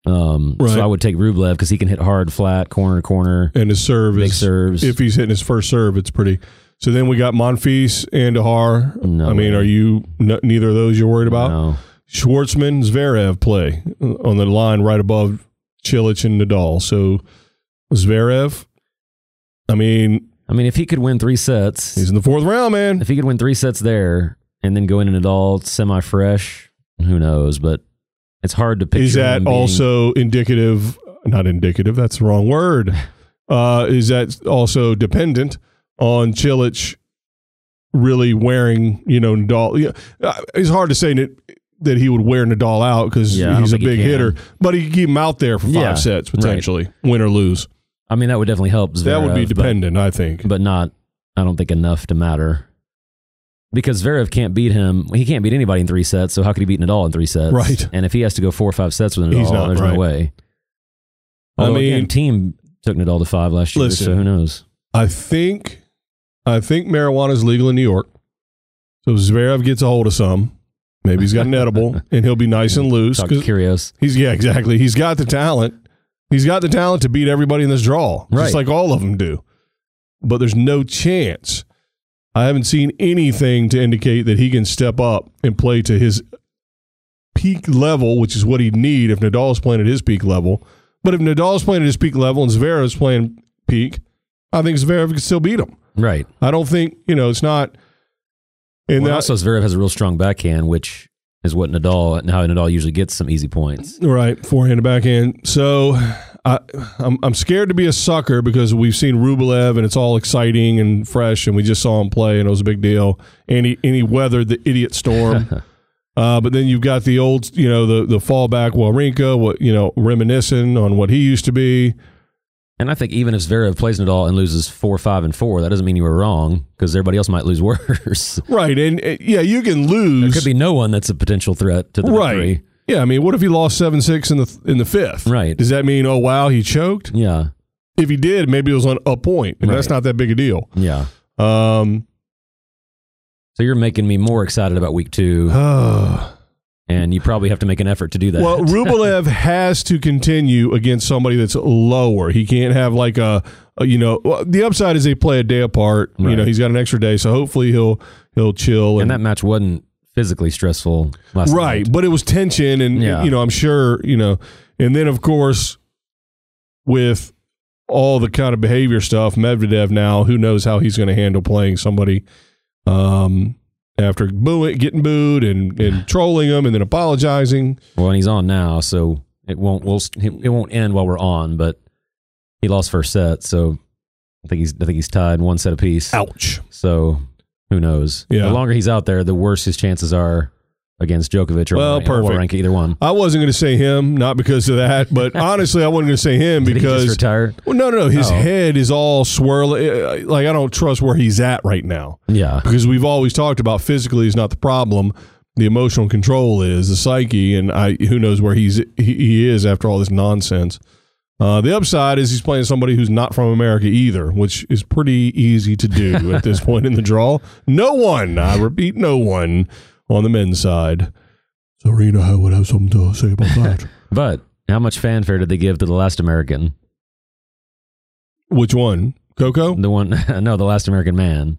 [SPEAKER 3] Um,
[SPEAKER 2] Right.
[SPEAKER 3] so I would take Rublev because he can hit hard, flat, corner to corner,
[SPEAKER 2] and his serve
[SPEAKER 3] big
[SPEAKER 2] is
[SPEAKER 3] serves.
[SPEAKER 2] if he's hitting his first serve, it's pretty. So then we got Monfils and Dahar.
[SPEAKER 3] No
[SPEAKER 2] I mean,
[SPEAKER 3] way.
[SPEAKER 2] are you n- neither of those you're worried about?
[SPEAKER 3] No.
[SPEAKER 2] Schwartzman, Zverev play uh, on the line right above Chilich and Nadal. So Zverev, I mean,
[SPEAKER 3] I mean, if he could win three sets,
[SPEAKER 2] he's in the fourth round, man.
[SPEAKER 3] if he could win three sets there and then go into Nadal semi fresh, who knows? But it's hard to picture.
[SPEAKER 2] is that
[SPEAKER 3] him being-
[SPEAKER 2] also indicative not indicative that's the wrong
[SPEAKER 3] (laughs)
[SPEAKER 2] word uh, is that also dependent on chilich really wearing, you know, Nadal. Yeah, uh, it's hard to say that that he would wear Nadal out because
[SPEAKER 3] Yeah, I don't
[SPEAKER 2] he's a
[SPEAKER 3] think he
[SPEAKER 2] big
[SPEAKER 3] can.
[SPEAKER 2] hitter, but he could keep him out there for five
[SPEAKER 3] Yeah,
[SPEAKER 2] sets
[SPEAKER 3] right.
[SPEAKER 2] potentially, win or lose.
[SPEAKER 3] I mean, that would definitely help. Zverev,
[SPEAKER 2] that would be
[SPEAKER 3] but-
[SPEAKER 2] dependent, I think.
[SPEAKER 3] but not I don't think enough to matter. Because Zverev can't beat him. He can't beat anybody in three sets, so how could he beat Nadal in three sets?
[SPEAKER 2] Right.
[SPEAKER 3] And if he has to go four or five sets with Nadal,
[SPEAKER 2] He's not,
[SPEAKER 3] there's
[SPEAKER 2] right.
[SPEAKER 3] no way.
[SPEAKER 2] I
[SPEAKER 3] Although,
[SPEAKER 2] mean-
[SPEAKER 3] again, team took Nadal to five last year,
[SPEAKER 2] Listen.
[SPEAKER 3] so who knows?
[SPEAKER 2] I think, I think marijuana is legal in New York, so Zverev gets a hold of some. Maybe he's got an
[SPEAKER 3] (laughs)
[SPEAKER 2] edible, and he'll be nice and loose.
[SPEAKER 3] Talk
[SPEAKER 2] 'cause
[SPEAKER 3] curious.
[SPEAKER 2] He's yeah, exactly. He's got the talent. He's got the talent to beat everybody in this draw,
[SPEAKER 3] Right.
[SPEAKER 2] just like all of them do. But there's no chance. I haven't seen anything to indicate that he can step up and play to his peak level, which is what he'd need if Nadal's playing at his peak level. But if Nadal's playing at his peak level and Zverev's playing peak, I think Zverev can still beat him.
[SPEAKER 3] Right.
[SPEAKER 2] I don't think you know it's not.
[SPEAKER 3] And
[SPEAKER 2] And that,
[SPEAKER 3] also Zverev has a real strong backhand, which is what Nadal and how Nadal usually gets some easy points.
[SPEAKER 2] Right, forehand to backhand. So I, I'm I'm scared to be a sucker because we've seen Rublev and it's all exciting and fresh, and we just saw him play and it was a big deal. And he and he weathered the idiot storm.
[SPEAKER 3] (laughs)
[SPEAKER 2] uh, but then you've got the old, you know, the the fallback Wawrinka, what you know, reminiscing on what he used to be.
[SPEAKER 3] And I think even if Zverev plays Nadal and loses four, five, and four, that doesn't mean you were wrong because everybody else might lose (laughs) worse.
[SPEAKER 2] Right, and uh, yeah, you can
[SPEAKER 3] there
[SPEAKER 2] lose.
[SPEAKER 3] could be no one that's a potential threat to the
[SPEAKER 2] right.
[SPEAKER 3] victory.
[SPEAKER 2] Yeah, I mean, what if he lost seven six in the in the fifth?
[SPEAKER 3] Right.
[SPEAKER 2] Does that mean oh wow he choked?
[SPEAKER 3] Yeah.
[SPEAKER 2] If he did, maybe it was on a point, and that's
[SPEAKER 3] Right.
[SPEAKER 2] not that big a deal.
[SPEAKER 3] Yeah.
[SPEAKER 2] Um. (sighs)
[SPEAKER 3] So you're making me more excited about week two,
[SPEAKER 2] oh,
[SPEAKER 3] and you probably have to make an effort to do that.
[SPEAKER 2] Well, Rublev has to continue against somebody that's lower. He can't have like a, a you know, well, the upside is they play a day apart. You
[SPEAKER 3] Right.
[SPEAKER 2] know, he's got an extra day, so hopefully he'll he'll chill and,
[SPEAKER 3] and that match wasn't physically stressful last
[SPEAKER 2] right.
[SPEAKER 3] night.
[SPEAKER 2] But it was tension, and
[SPEAKER 3] Yeah.
[SPEAKER 2] you know, I'm sure you know. And then of course, with all the kind of behavior stuff, Medvedev now, who knows how he's going to handle playing somebody. Um, after booing, getting booed and, and
[SPEAKER 3] (sighs)
[SPEAKER 2] trolling him and then apologizing.
[SPEAKER 3] Well, and he's on now, so it won't we'll, it won't end while we're on. But he lost first set, so I think he's I think he's tied one set apiece.
[SPEAKER 2] Ouch.
[SPEAKER 3] So who knows?
[SPEAKER 2] Yeah.
[SPEAKER 3] The longer he's out there, the worse his chances are against Djokovic or
[SPEAKER 2] Well,
[SPEAKER 3] Wawrinka- or
[SPEAKER 2] perfect.
[SPEAKER 3] Wawrinka, either one.
[SPEAKER 2] I wasn't going to say him, not because of that,
[SPEAKER 3] (laughs)
[SPEAKER 2] but honestly, I wasn't going to say him
[SPEAKER 3] Did he just
[SPEAKER 2] because
[SPEAKER 3] retire.
[SPEAKER 2] well, no, no, no, his
[SPEAKER 3] Oh.
[SPEAKER 2] head is all swirling. Uh, Like I don't trust where he's at right now
[SPEAKER 3] Yeah.
[SPEAKER 2] because we've always talked about physically is not the problem. The emotional control is the psyche, and I who knows where he's he, he is after all this nonsense. Uh, the upside is he's playing somebody who's not from America either, which is pretty easy to do at this point in the draw. No one, I repeat, no one on the men's side. Serena I would have something to say about that.
[SPEAKER 3] But how much fanfare did they give to the last American?
[SPEAKER 2] Which one, Coco?
[SPEAKER 3] The one, (laughs) no, the last American man.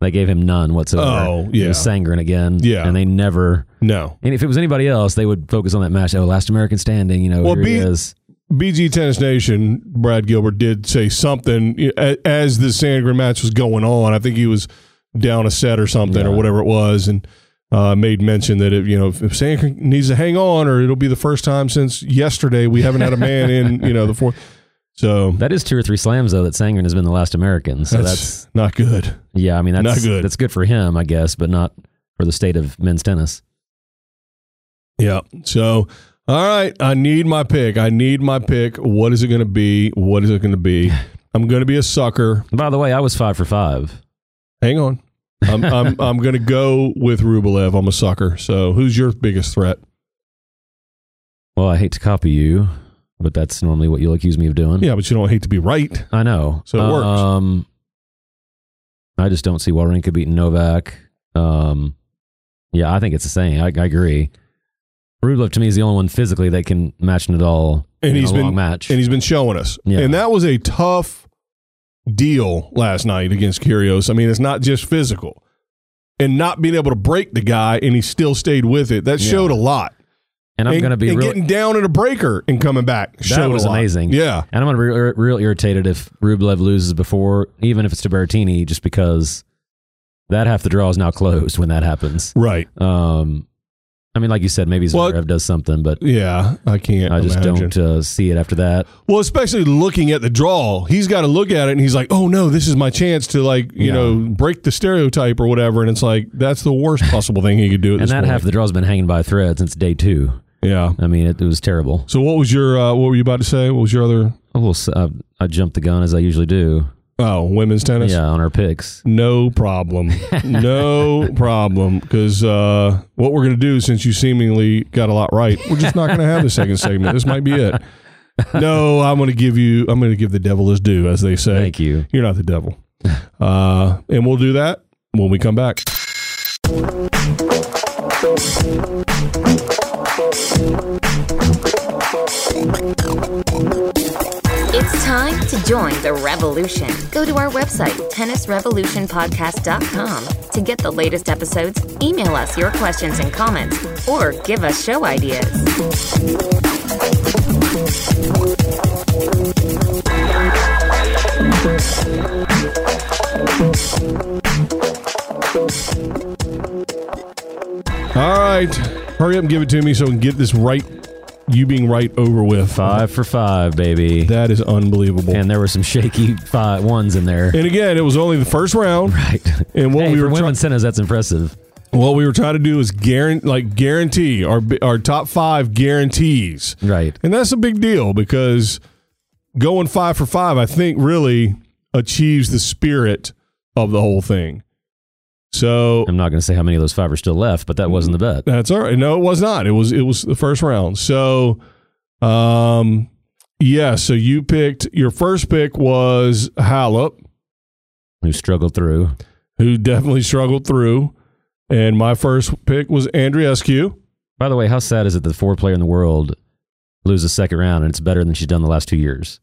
[SPEAKER 3] They gave him none whatsoever.
[SPEAKER 2] Oh,
[SPEAKER 3] It
[SPEAKER 2] yeah.
[SPEAKER 3] was Sangren again.
[SPEAKER 2] Yeah.
[SPEAKER 3] and they never.
[SPEAKER 2] No.
[SPEAKER 3] And if it was anybody else, they would focus on that match. Oh, last American standing. You know,
[SPEAKER 2] Well,
[SPEAKER 3] here he
[SPEAKER 2] be-
[SPEAKER 3] is.
[SPEAKER 2] BG Tennis Nation, Brad Gilbert did say something you know, a- as the Sandgren match was going on. I think he was down a set or something or
[SPEAKER 3] Yeah.
[SPEAKER 2] whatever it was, and uh, made mention that if you know if, if Sandgren needs to hang on, or it'll be the first time since yesterday we haven't had a man in you know the fourth. So
[SPEAKER 3] That is two or three slams though that Sangren has been the last American. So
[SPEAKER 2] that's,
[SPEAKER 3] that's,
[SPEAKER 2] not good.
[SPEAKER 3] yeah. I mean, that's
[SPEAKER 2] not good.
[SPEAKER 3] That's good for him, I guess, but not for the state of men's tennis.
[SPEAKER 2] Yeah. So all right, I need my pick. I need my pick. What is it going to be? What is it going to be? I'm going to be a sucker.
[SPEAKER 3] By the way, I was five for five.
[SPEAKER 2] Hang on. I'm
[SPEAKER 3] (laughs)
[SPEAKER 2] I'm I'm gonna go with Rublev. I'm a sucker. So who's your biggest threat?
[SPEAKER 3] Well, I hate to copy you, but that's normally what you'll accuse me of doing.
[SPEAKER 2] Yeah, but you don't hate to be right.
[SPEAKER 3] I know.
[SPEAKER 2] So it works.
[SPEAKER 3] Um, I just don't see Wawrinka beating Novak. Um, yeah, I think it's the same. I, I agree. Rublev to me is the only one physically that can match Nadal
[SPEAKER 2] And
[SPEAKER 3] in
[SPEAKER 2] he's
[SPEAKER 3] a
[SPEAKER 2] been-
[SPEAKER 3] long match.
[SPEAKER 2] And he's been showing us.
[SPEAKER 3] Yeah.
[SPEAKER 2] And that was a tough deal last night against Kyrgios. I mean, it's not just physical. And not being able to break the guy and he still stayed with it. That
[SPEAKER 3] Yeah.
[SPEAKER 2] showed a lot.
[SPEAKER 3] and I'm
[SPEAKER 2] and,
[SPEAKER 3] going to be
[SPEAKER 2] and
[SPEAKER 3] real.
[SPEAKER 2] getting down at a breaker and coming back.
[SPEAKER 3] that
[SPEAKER 2] showed
[SPEAKER 3] was
[SPEAKER 2] a lot.
[SPEAKER 3] amazing.
[SPEAKER 2] Yeah.
[SPEAKER 3] And I'm going to be real, real irritated if Rublev loses before, even if it's to Berrettini, just because that half the draw is now closed when that happens.
[SPEAKER 2] Right.
[SPEAKER 3] Um, I mean, like you said, maybe
[SPEAKER 2] Well,
[SPEAKER 3] Zverev does something, but
[SPEAKER 2] Yeah, I can't.
[SPEAKER 3] I just
[SPEAKER 2] imagine.
[SPEAKER 3] don't uh, see it after that.
[SPEAKER 2] Well, especially looking at the draw, he's got to look at it and he's like, "Oh no, this is my chance to like you
[SPEAKER 3] Yeah.
[SPEAKER 2] know break the stereotype or whatever." And it's like that's the worst possible thing he could do. At
[SPEAKER 3] And
[SPEAKER 2] this
[SPEAKER 3] that
[SPEAKER 2] point.
[SPEAKER 3] half of the draw's been hanging by a thread since day two.
[SPEAKER 2] yeah.
[SPEAKER 3] I mean, it, it was terrible.
[SPEAKER 2] So what was your uh, what were you about to say? What was your other?
[SPEAKER 3] A little, s- uh, I jumped the gun as I usually do.
[SPEAKER 2] Oh, women's tennis.
[SPEAKER 3] Yeah, on our picks.
[SPEAKER 2] No problem.
[SPEAKER 3] (laughs)
[SPEAKER 2] No problem. Because uh, what we're going to do, since you seemingly got a lot right, we're just not going to have the second segment. This might be it. No, I'm going to give you. I'm going to give the devil his due, as they say.
[SPEAKER 3] Thank you.
[SPEAKER 2] You're not the devil. Uh, and we'll do that when we come back.
[SPEAKER 1] It's time to join the revolution. Go to our website, tennisrevolutionpodcast.com, to get the latest episodes, email us your questions and comments, or give us show ideas.
[SPEAKER 2] All right. Hurry up and give it to me so we can get this right, you being right over with.
[SPEAKER 3] Five for five, baby.
[SPEAKER 2] That is unbelievable. And,
[SPEAKER 3] And there were some shaky five ones
[SPEAKER 2] (laughs)
[SPEAKER 3] in there.
[SPEAKER 2] again, it was only the first round.
[SPEAKER 3] Right.
[SPEAKER 2] And what
[SPEAKER 3] Hey,
[SPEAKER 2] we
[SPEAKER 3] for
[SPEAKER 2] were trying
[SPEAKER 3] women's tennis, that's impressive.
[SPEAKER 2] what we were trying to do is guarantee like guarantee our bi- our top 5 guarantees.
[SPEAKER 3] Right.
[SPEAKER 2] And that's a big deal because going 5 for 5 I think really achieves the spirit of the whole thing. So
[SPEAKER 3] I'm not going to say how many of those five are still left, but that wasn't the bet.
[SPEAKER 2] That's all right. No, it was not. It was it was the first round. So, um, yeah. So you picked your first pick was Halep,
[SPEAKER 3] Who struggled through?
[SPEAKER 2] who definitely struggled through, and my first pick was Andreescu.
[SPEAKER 3] By the way, how sad is it that the four player in the world loses the second round and it's better than she's done the last two years?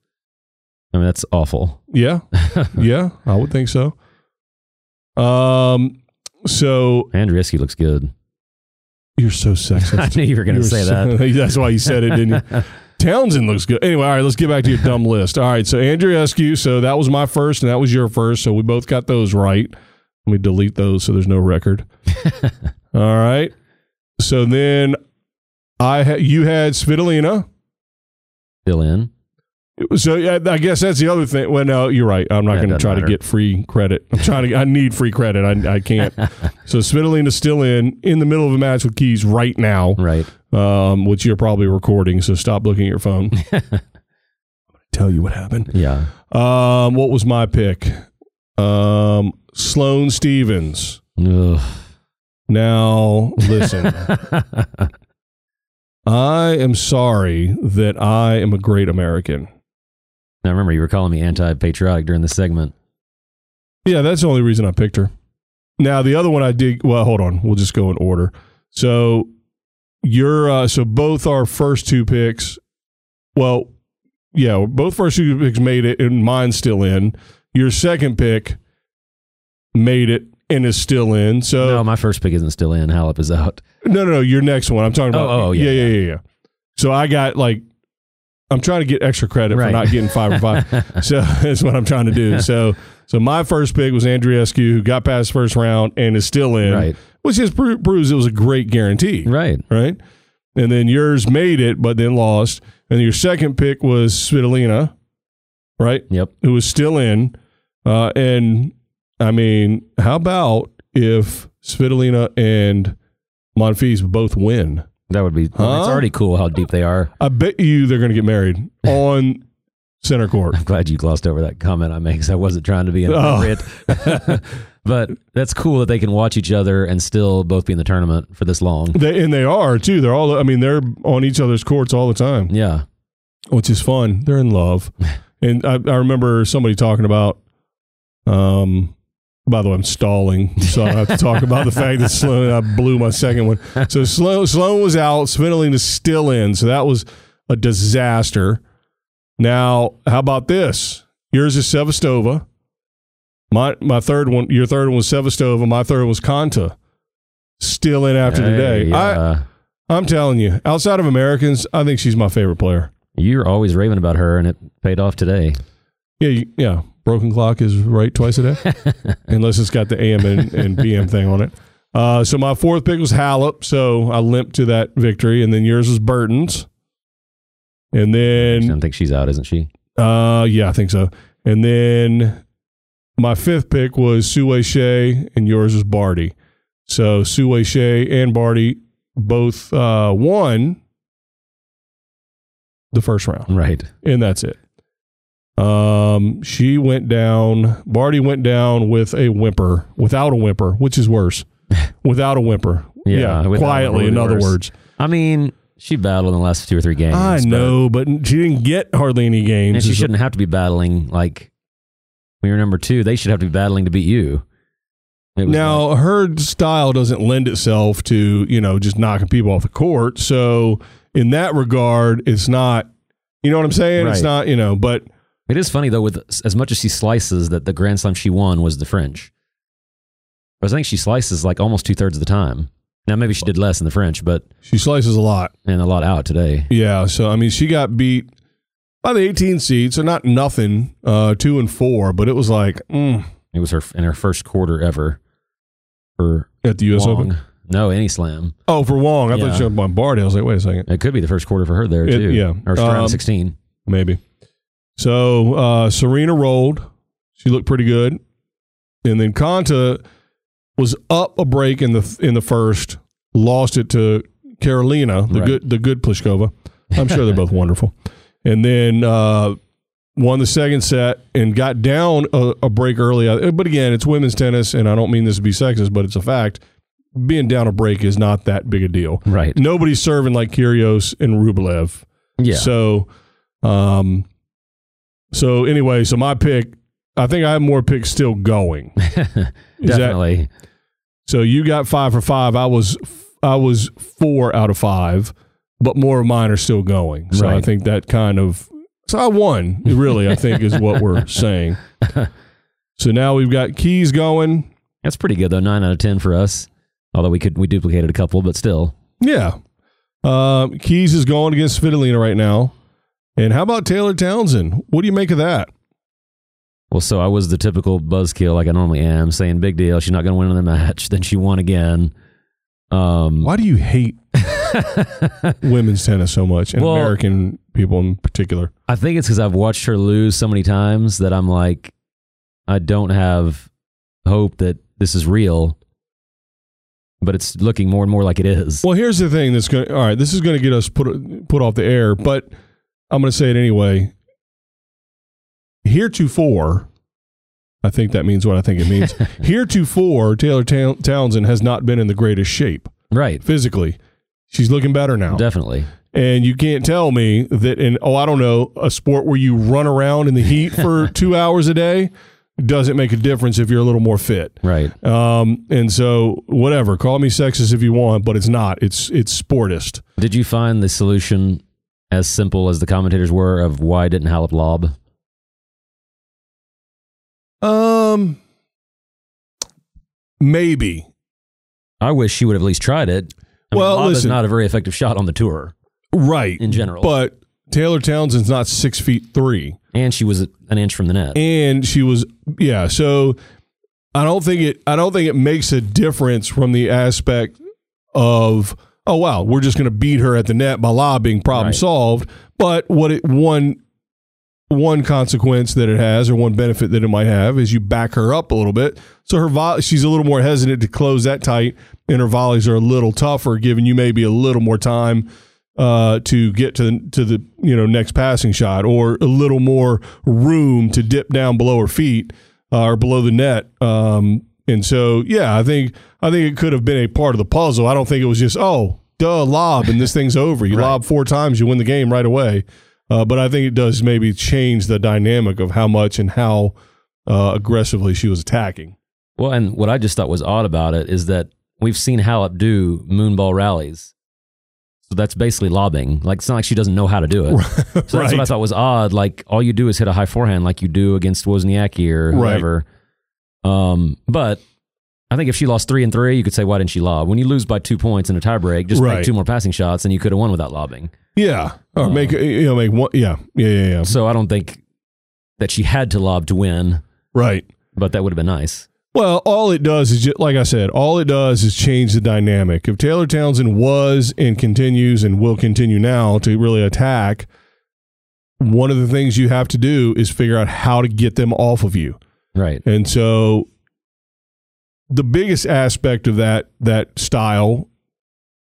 [SPEAKER 3] I mean, that's awful. (laughs)
[SPEAKER 2] Yeah, yeah, I would think so. Um, so
[SPEAKER 3] Andrieski looks good.
[SPEAKER 2] you're so sexist.
[SPEAKER 3] (laughs) I knew you were gonna say
[SPEAKER 2] that. (laughs) That's why you said it, didn't
[SPEAKER 3] (laughs)
[SPEAKER 2] you? Townsend looks good. Anyway, all right, let's get back to your dumb list. All right, so Andrew Eskew, so that was my first and that was your first, so we both got those right. Let me delete those so there's no
[SPEAKER 3] (laughs)
[SPEAKER 2] record. all right. So then I ha- you had Svitolina.
[SPEAKER 3] Still in.
[SPEAKER 2] So yeah, I guess that's the other thing. Well, no, you're right. I'm not
[SPEAKER 3] Yeah, it
[SPEAKER 2] going to
[SPEAKER 3] doesn't
[SPEAKER 2] try to
[SPEAKER 3] matter.
[SPEAKER 2] get free credit. I'm trying to. I need free credit. I, I
[SPEAKER 3] (laughs)
[SPEAKER 2] can't. so Svitolina's still in in the middle of a match with Keys right now
[SPEAKER 3] Right.
[SPEAKER 2] um, which you're probably recording, so stop looking at your
[SPEAKER 3] (laughs)
[SPEAKER 2] phone. I'm going to tell you what happened.
[SPEAKER 3] Yeah.
[SPEAKER 2] Um, what was my pick? Um, Sloane Stevens.
[SPEAKER 3] Ugh.
[SPEAKER 2] Now,
[SPEAKER 3] (laughs)
[SPEAKER 2] listen, I am sorry that I am a great American.
[SPEAKER 3] Now remember, you were calling me anti-patriotic during the segment.
[SPEAKER 2] Yeah, that's the only reason I picked her. Now, the other one I did, well, hold on. We'll just go in order. So, you're, uh, so both our first two picks, well, yeah, both first two picks made it, and mine's still in. Your second pick made it and is still in.
[SPEAKER 3] no,
[SPEAKER 2] So,
[SPEAKER 3] my first pick isn't still in. Halep is out.
[SPEAKER 2] no, no, no, your next one. I'm talking about,
[SPEAKER 3] Oh, oh,
[SPEAKER 2] yeah,
[SPEAKER 3] yeah,
[SPEAKER 2] yeah, yeah, yeah. So, I got like, I'm trying to get extra credit for
[SPEAKER 3] Right.
[SPEAKER 2] not getting five or five.
[SPEAKER 3] (laughs)
[SPEAKER 2] So (laughs) that's what I'm trying to do. So so my first pick was Andreescu, who got past first round and is still in,
[SPEAKER 3] Right.
[SPEAKER 2] which just pro- proves it was a great guarantee, right.
[SPEAKER 3] Right.
[SPEAKER 2] And then yours made it, but then lost. And your second pick was Svitolina, right,
[SPEAKER 3] Yep.
[SPEAKER 2] who was still in. Uh, and I mean, how about if Svitolina and Monfils both win?
[SPEAKER 3] That would be.
[SPEAKER 2] Huh?
[SPEAKER 3] It's already cool how deep they are.
[SPEAKER 2] I bet you they're going to get married on center court.
[SPEAKER 3] I'm glad you glossed over that comment I made because I wasn't trying to be
[SPEAKER 2] Oh.
[SPEAKER 3] inappropriate. (laughs) but that's cool that they can watch each other and still both be in the tournament for this long.
[SPEAKER 2] They, and they are too. They're all. I mean, they're on each other's courts all the time, (laughs)
[SPEAKER 3] Yeah.
[SPEAKER 2] which is fun. They're in love, and I, I remember somebody talking about. Um, by the way, I'm stalling, so I have to talk about the fact that Sloan. I blew my second one. So Sloan, Sloan was out. Svindling is still in. So that was a disaster. Now, how about this? Yours is Sevastova. My my third one. Your third one was Sevastova. My third one was Conta. Still in after today.
[SPEAKER 3] Hey,
[SPEAKER 2] I,
[SPEAKER 3] uh,
[SPEAKER 2] I'm telling you, outside of Americans, I think she's my favorite player.
[SPEAKER 3] you're always raving about her, and it paid off today.
[SPEAKER 2] Yeah, you, yeah. Broken clock is right twice a day, unless it's got the AM and, and PM thing on it. Uh, so my fourth pick was Hallop, so I limped to that victory, and then yours was Burton's, and
[SPEAKER 3] I
[SPEAKER 2] then
[SPEAKER 3] don't think she's out, isn't she?
[SPEAKER 2] uh, yeah, I think so, and then my fifth pick was Sue Shea, and yours was Barty. So Sue Shea and Barty both uh, won the first round
[SPEAKER 3] Right.
[SPEAKER 2] and that's it. Um, she went down. Barty went down with a whimper, without a whimper, which is
[SPEAKER 3] (laughs)
[SPEAKER 2] worse. Without a whimper,
[SPEAKER 3] Yeah,
[SPEAKER 2] yeah,
[SPEAKER 3] without a
[SPEAKER 2] quietly.
[SPEAKER 3] whimper would
[SPEAKER 2] In
[SPEAKER 3] be
[SPEAKER 2] other
[SPEAKER 3] worse.
[SPEAKER 2] words,
[SPEAKER 3] I mean, she battled in the last two or three games.
[SPEAKER 2] I
[SPEAKER 3] but-
[SPEAKER 2] know, but she didn't get hardly any games.
[SPEAKER 3] And she
[SPEAKER 2] Is-
[SPEAKER 3] shouldn't have to be battling like when you're number two. They should have to be battling to beat you. It was like-
[SPEAKER 2] Now her style doesn't lend itself to you know just knocking people off the court. So in that regard, it's not. You know what I'm saying? It's
[SPEAKER 3] Right.
[SPEAKER 2] not. You know, but
[SPEAKER 3] it is funny though. With as much as she slices, that the grand slam she won was the French. I think she slices like almost two thirds of the time. Now maybe she did less in the French, but
[SPEAKER 2] she slices a lot.
[SPEAKER 3] and a lot out today.
[SPEAKER 2] Yeah, so I mean, she got beat by the 18 seed, so not nothing, uh, two and four, but it was like mm,
[SPEAKER 3] It was her in her first quarter ever. For
[SPEAKER 2] at the U.S.
[SPEAKER 3] Wong.
[SPEAKER 2] Open.
[SPEAKER 3] No, any slam.
[SPEAKER 2] Oh, for Wong, I
[SPEAKER 3] Yeah.
[SPEAKER 2] thought she was Bombardi. I was like, wait a second,
[SPEAKER 3] It could be the first quarter for her there
[SPEAKER 2] It-
[SPEAKER 3] too.
[SPEAKER 2] yeah.
[SPEAKER 3] or it's
[SPEAKER 2] Um,
[SPEAKER 3] round sixteen.
[SPEAKER 2] maybe. So uh, Serena rolled; she looked pretty good, and then Conta was up a break in the in the first, lost it to Carolina, the
[SPEAKER 3] Right.
[SPEAKER 2] good the good Pliskova. I'm sure they're both wonderful, and then. Uh, won the second set and got down a, a break early. Uh, But again, it's women's tennis, and I don't mean this to be sexist, but it's a fact. Being down a break is not that big a deal.
[SPEAKER 3] Right.
[SPEAKER 2] Nobody's serving like Kyrgios and Rublev.
[SPEAKER 3] Yeah.
[SPEAKER 2] So, um, so anyway, so my pick. I think I have more picks still
[SPEAKER 3] (laughs)
[SPEAKER 2] going. that-
[SPEAKER 3] Definitely.
[SPEAKER 2] So you got five for five. I was I was four out of five, but more of mine are still going. So I
[SPEAKER 3] Right.
[SPEAKER 2] think that kind of so I won. Really, I think is what
[SPEAKER 3] (laughs)
[SPEAKER 2] we're saying. So now we've got keys going.
[SPEAKER 3] That's pretty good though. Nine out of ten for us. Although we could we duplicated a couple, but still.
[SPEAKER 2] Yeah, Um keys is going against Fidelina right now. And how about Taylor Townsend? What do you make of that?
[SPEAKER 3] Well, so I was the typical buzzkill like I normally am, saying big deal. She's not going to win another match. (laughs) Then she won again. Um,
[SPEAKER 2] Why do you (laughs) hate women's tennis so much and
[SPEAKER 3] Well-
[SPEAKER 2] American people in particular?
[SPEAKER 3] I think it's because I've watched her lose so many times that I'm like, I don't have hope that this is real. But it's looking more and more like it is.
[SPEAKER 2] Well, here's the thing that's going. to All right, this is going to get us put put off the air, but I'm going to say it anyway. Heretofore, I think that means what I think it (laughs) means. Heretofore, Taylor Tow- Townsend has not been in the greatest shape
[SPEAKER 3] right.
[SPEAKER 2] physically. She's looking better now,
[SPEAKER 3] Definitely.
[SPEAKER 2] and you can't tell me that in oh I don't know a sport where you run around in the heat for two hours a day doesn't make a difference if you're a little more fit.
[SPEAKER 3] Right.
[SPEAKER 2] Um, and so whatever, call me sexist if you want, but it's not. It's it's sportist.
[SPEAKER 3] Did you find the solution as simple as the commentators were of why didn't Halep lob?
[SPEAKER 2] Um, maybe.
[SPEAKER 3] I wish she would have at least tried it. I
[SPEAKER 2] Well,
[SPEAKER 3] lob is
[SPEAKER 2] listen.
[SPEAKER 3] not a very effective shot on the tour
[SPEAKER 2] Right.
[SPEAKER 3] in general.
[SPEAKER 2] But Taylor Townsend's not six feet three,
[SPEAKER 3] and she was an inch from the net.
[SPEAKER 2] and she was yeah. So I don't think it. I don't think it makes a difference from the aspect of oh wow, we're just going to beat her at the net by lobbying. Problem
[SPEAKER 3] Right.
[SPEAKER 2] solved. But what it one one consequence that it has or one benefit that it might have is you back her up a little bit so her volley she's a little more hesitant to close that tight and her volleys are a little tougher giving you maybe a little more time uh, to get to the, to the you know next passing shot or a little more room to dip down below her feet uh, or below the net um, and so yeah I think I think it could have been a part of the puzzle I don't think it was just oh duh lob and this thing's over you lob four times you win the game right away uh, but I think it does maybe change the dynamic of how much and how uh, aggressively she was attacking.
[SPEAKER 3] Well, and what I just thought was odd about it is that we've seen Halep do moonball rallies. So that's basically lobbing. Like it's not like she doesn't know how to
[SPEAKER 2] (laughs)
[SPEAKER 3] do it. So that's what I thought was odd. Like all you do is hit a high forehand, like you do against Wozniacki or
[SPEAKER 2] Right.
[SPEAKER 3] whoever. Um, but I think if she lost three and three, you could say why didn't she lob? When you lose by two points in a tiebreak, just
[SPEAKER 2] Right.
[SPEAKER 3] make two more passing shots, and you could have won without lobbing.
[SPEAKER 2] Yeah. Or
[SPEAKER 3] Oh.
[SPEAKER 2] make you know make one. Yeah. Yeah. Yeah. Yeah.
[SPEAKER 3] So I don't think that she had to lob to win,
[SPEAKER 2] Right.
[SPEAKER 3] but that would have been nice.
[SPEAKER 2] Well, all it does is, ju- like I said, all it does is change the dynamic. If Taylor Townsend was and continues and will continue now to really attack, one of the things you have to do is figure out how to get them off of you.
[SPEAKER 3] Right.
[SPEAKER 2] And so the biggest aspect of that that style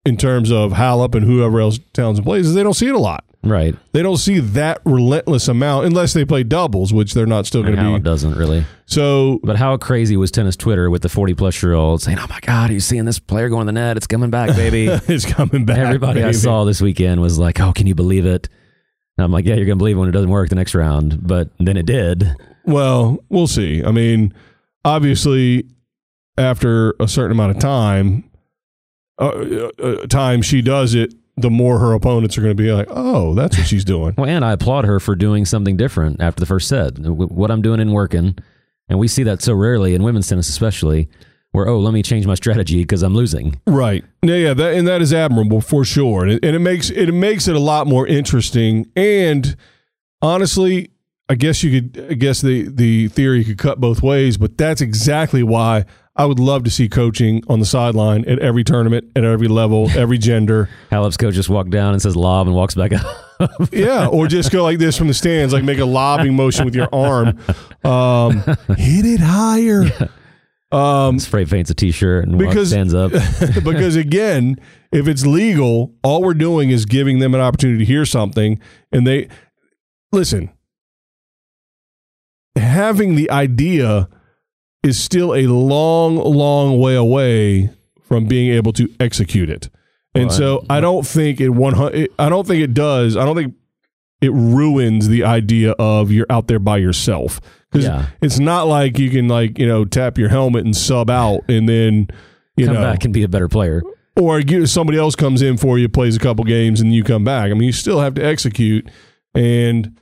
[SPEAKER 2] in terms of Hallup and whoever else Townsend plays is they don't see it a lot.
[SPEAKER 3] Right.
[SPEAKER 2] They don't see that relentless amount unless they play doubles, which they're not still
[SPEAKER 3] And
[SPEAKER 2] going
[SPEAKER 3] how
[SPEAKER 2] to be.
[SPEAKER 3] it doesn't really.
[SPEAKER 2] So
[SPEAKER 3] But how crazy was tennis Twitter with the 40 plus year old saying, oh my God, are you seeing this player going to the net? It's coming back, baby.
[SPEAKER 2] (laughs) it's coming back.
[SPEAKER 3] Everybody I
[SPEAKER 2] baby.
[SPEAKER 3] saw this weekend was like, oh, can you believe it? And I'm like, yeah, you're going to believe it when it doesn't work the next round. But then it did.
[SPEAKER 2] Well, we'll see. I mean, obviously, after a certain amount of time, uh, uh, uh, time she does it, the more her opponents are going to be like, "Oh, that's what she's doing."
[SPEAKER 3] Well, and I applaud her for doing something different after the first set. W- What I'm doing and working, and we see that so rarely in women's tennis, especially, where oh, let me change my strategy because I'm losing.
[SPEAKER 2] Right. Yeah, yeah, that, and that is admirable for sure, and it, and it makes it makes it a lot more interesting. And honestly, I guess you could, I guess the the theory could cut both ways, but that's exactly why I would love to see coaching on the sideline at every tournament, at every level, every gender.
[SPEAKER 3] Halep's coach just walked down and says lob and walks back (laughs) up.
[SPEAKER 2] Yeah, or just go like this from the stands, like make a lobbing motion with your arm, um, hit it higher. Um,
[SPEAKER 3] Spray paints a t-shirt and walks,
[SPEAKER 2] Because- (laughs)
[SPEAKER 3] stands up.
[SPEAKER 2] because again, if it's legal, all we're doing is giving them an opportunity to hear something. And they listen, having the idea is still a long, long way away from being able to execute it. And
[SPEAKER 3] Well, I-
[SPEAKER 2] so I don't think it one hundred. I don't think it does. I don't think it ruins the idea of you're out there by yourself because
[SPEAKER 3] Yeah.
[SPEAKER 2] it's not like you can like you know tap your helmet and sub out and then you
[SPEAKER 3] Come
[SPEAKER 2] know
[SPEAKER 3] back and be a better player.
[SPEAKER 2] or you, somebody else comes in for you, plays a couple games, and you come back. I mean, you still have to execute. And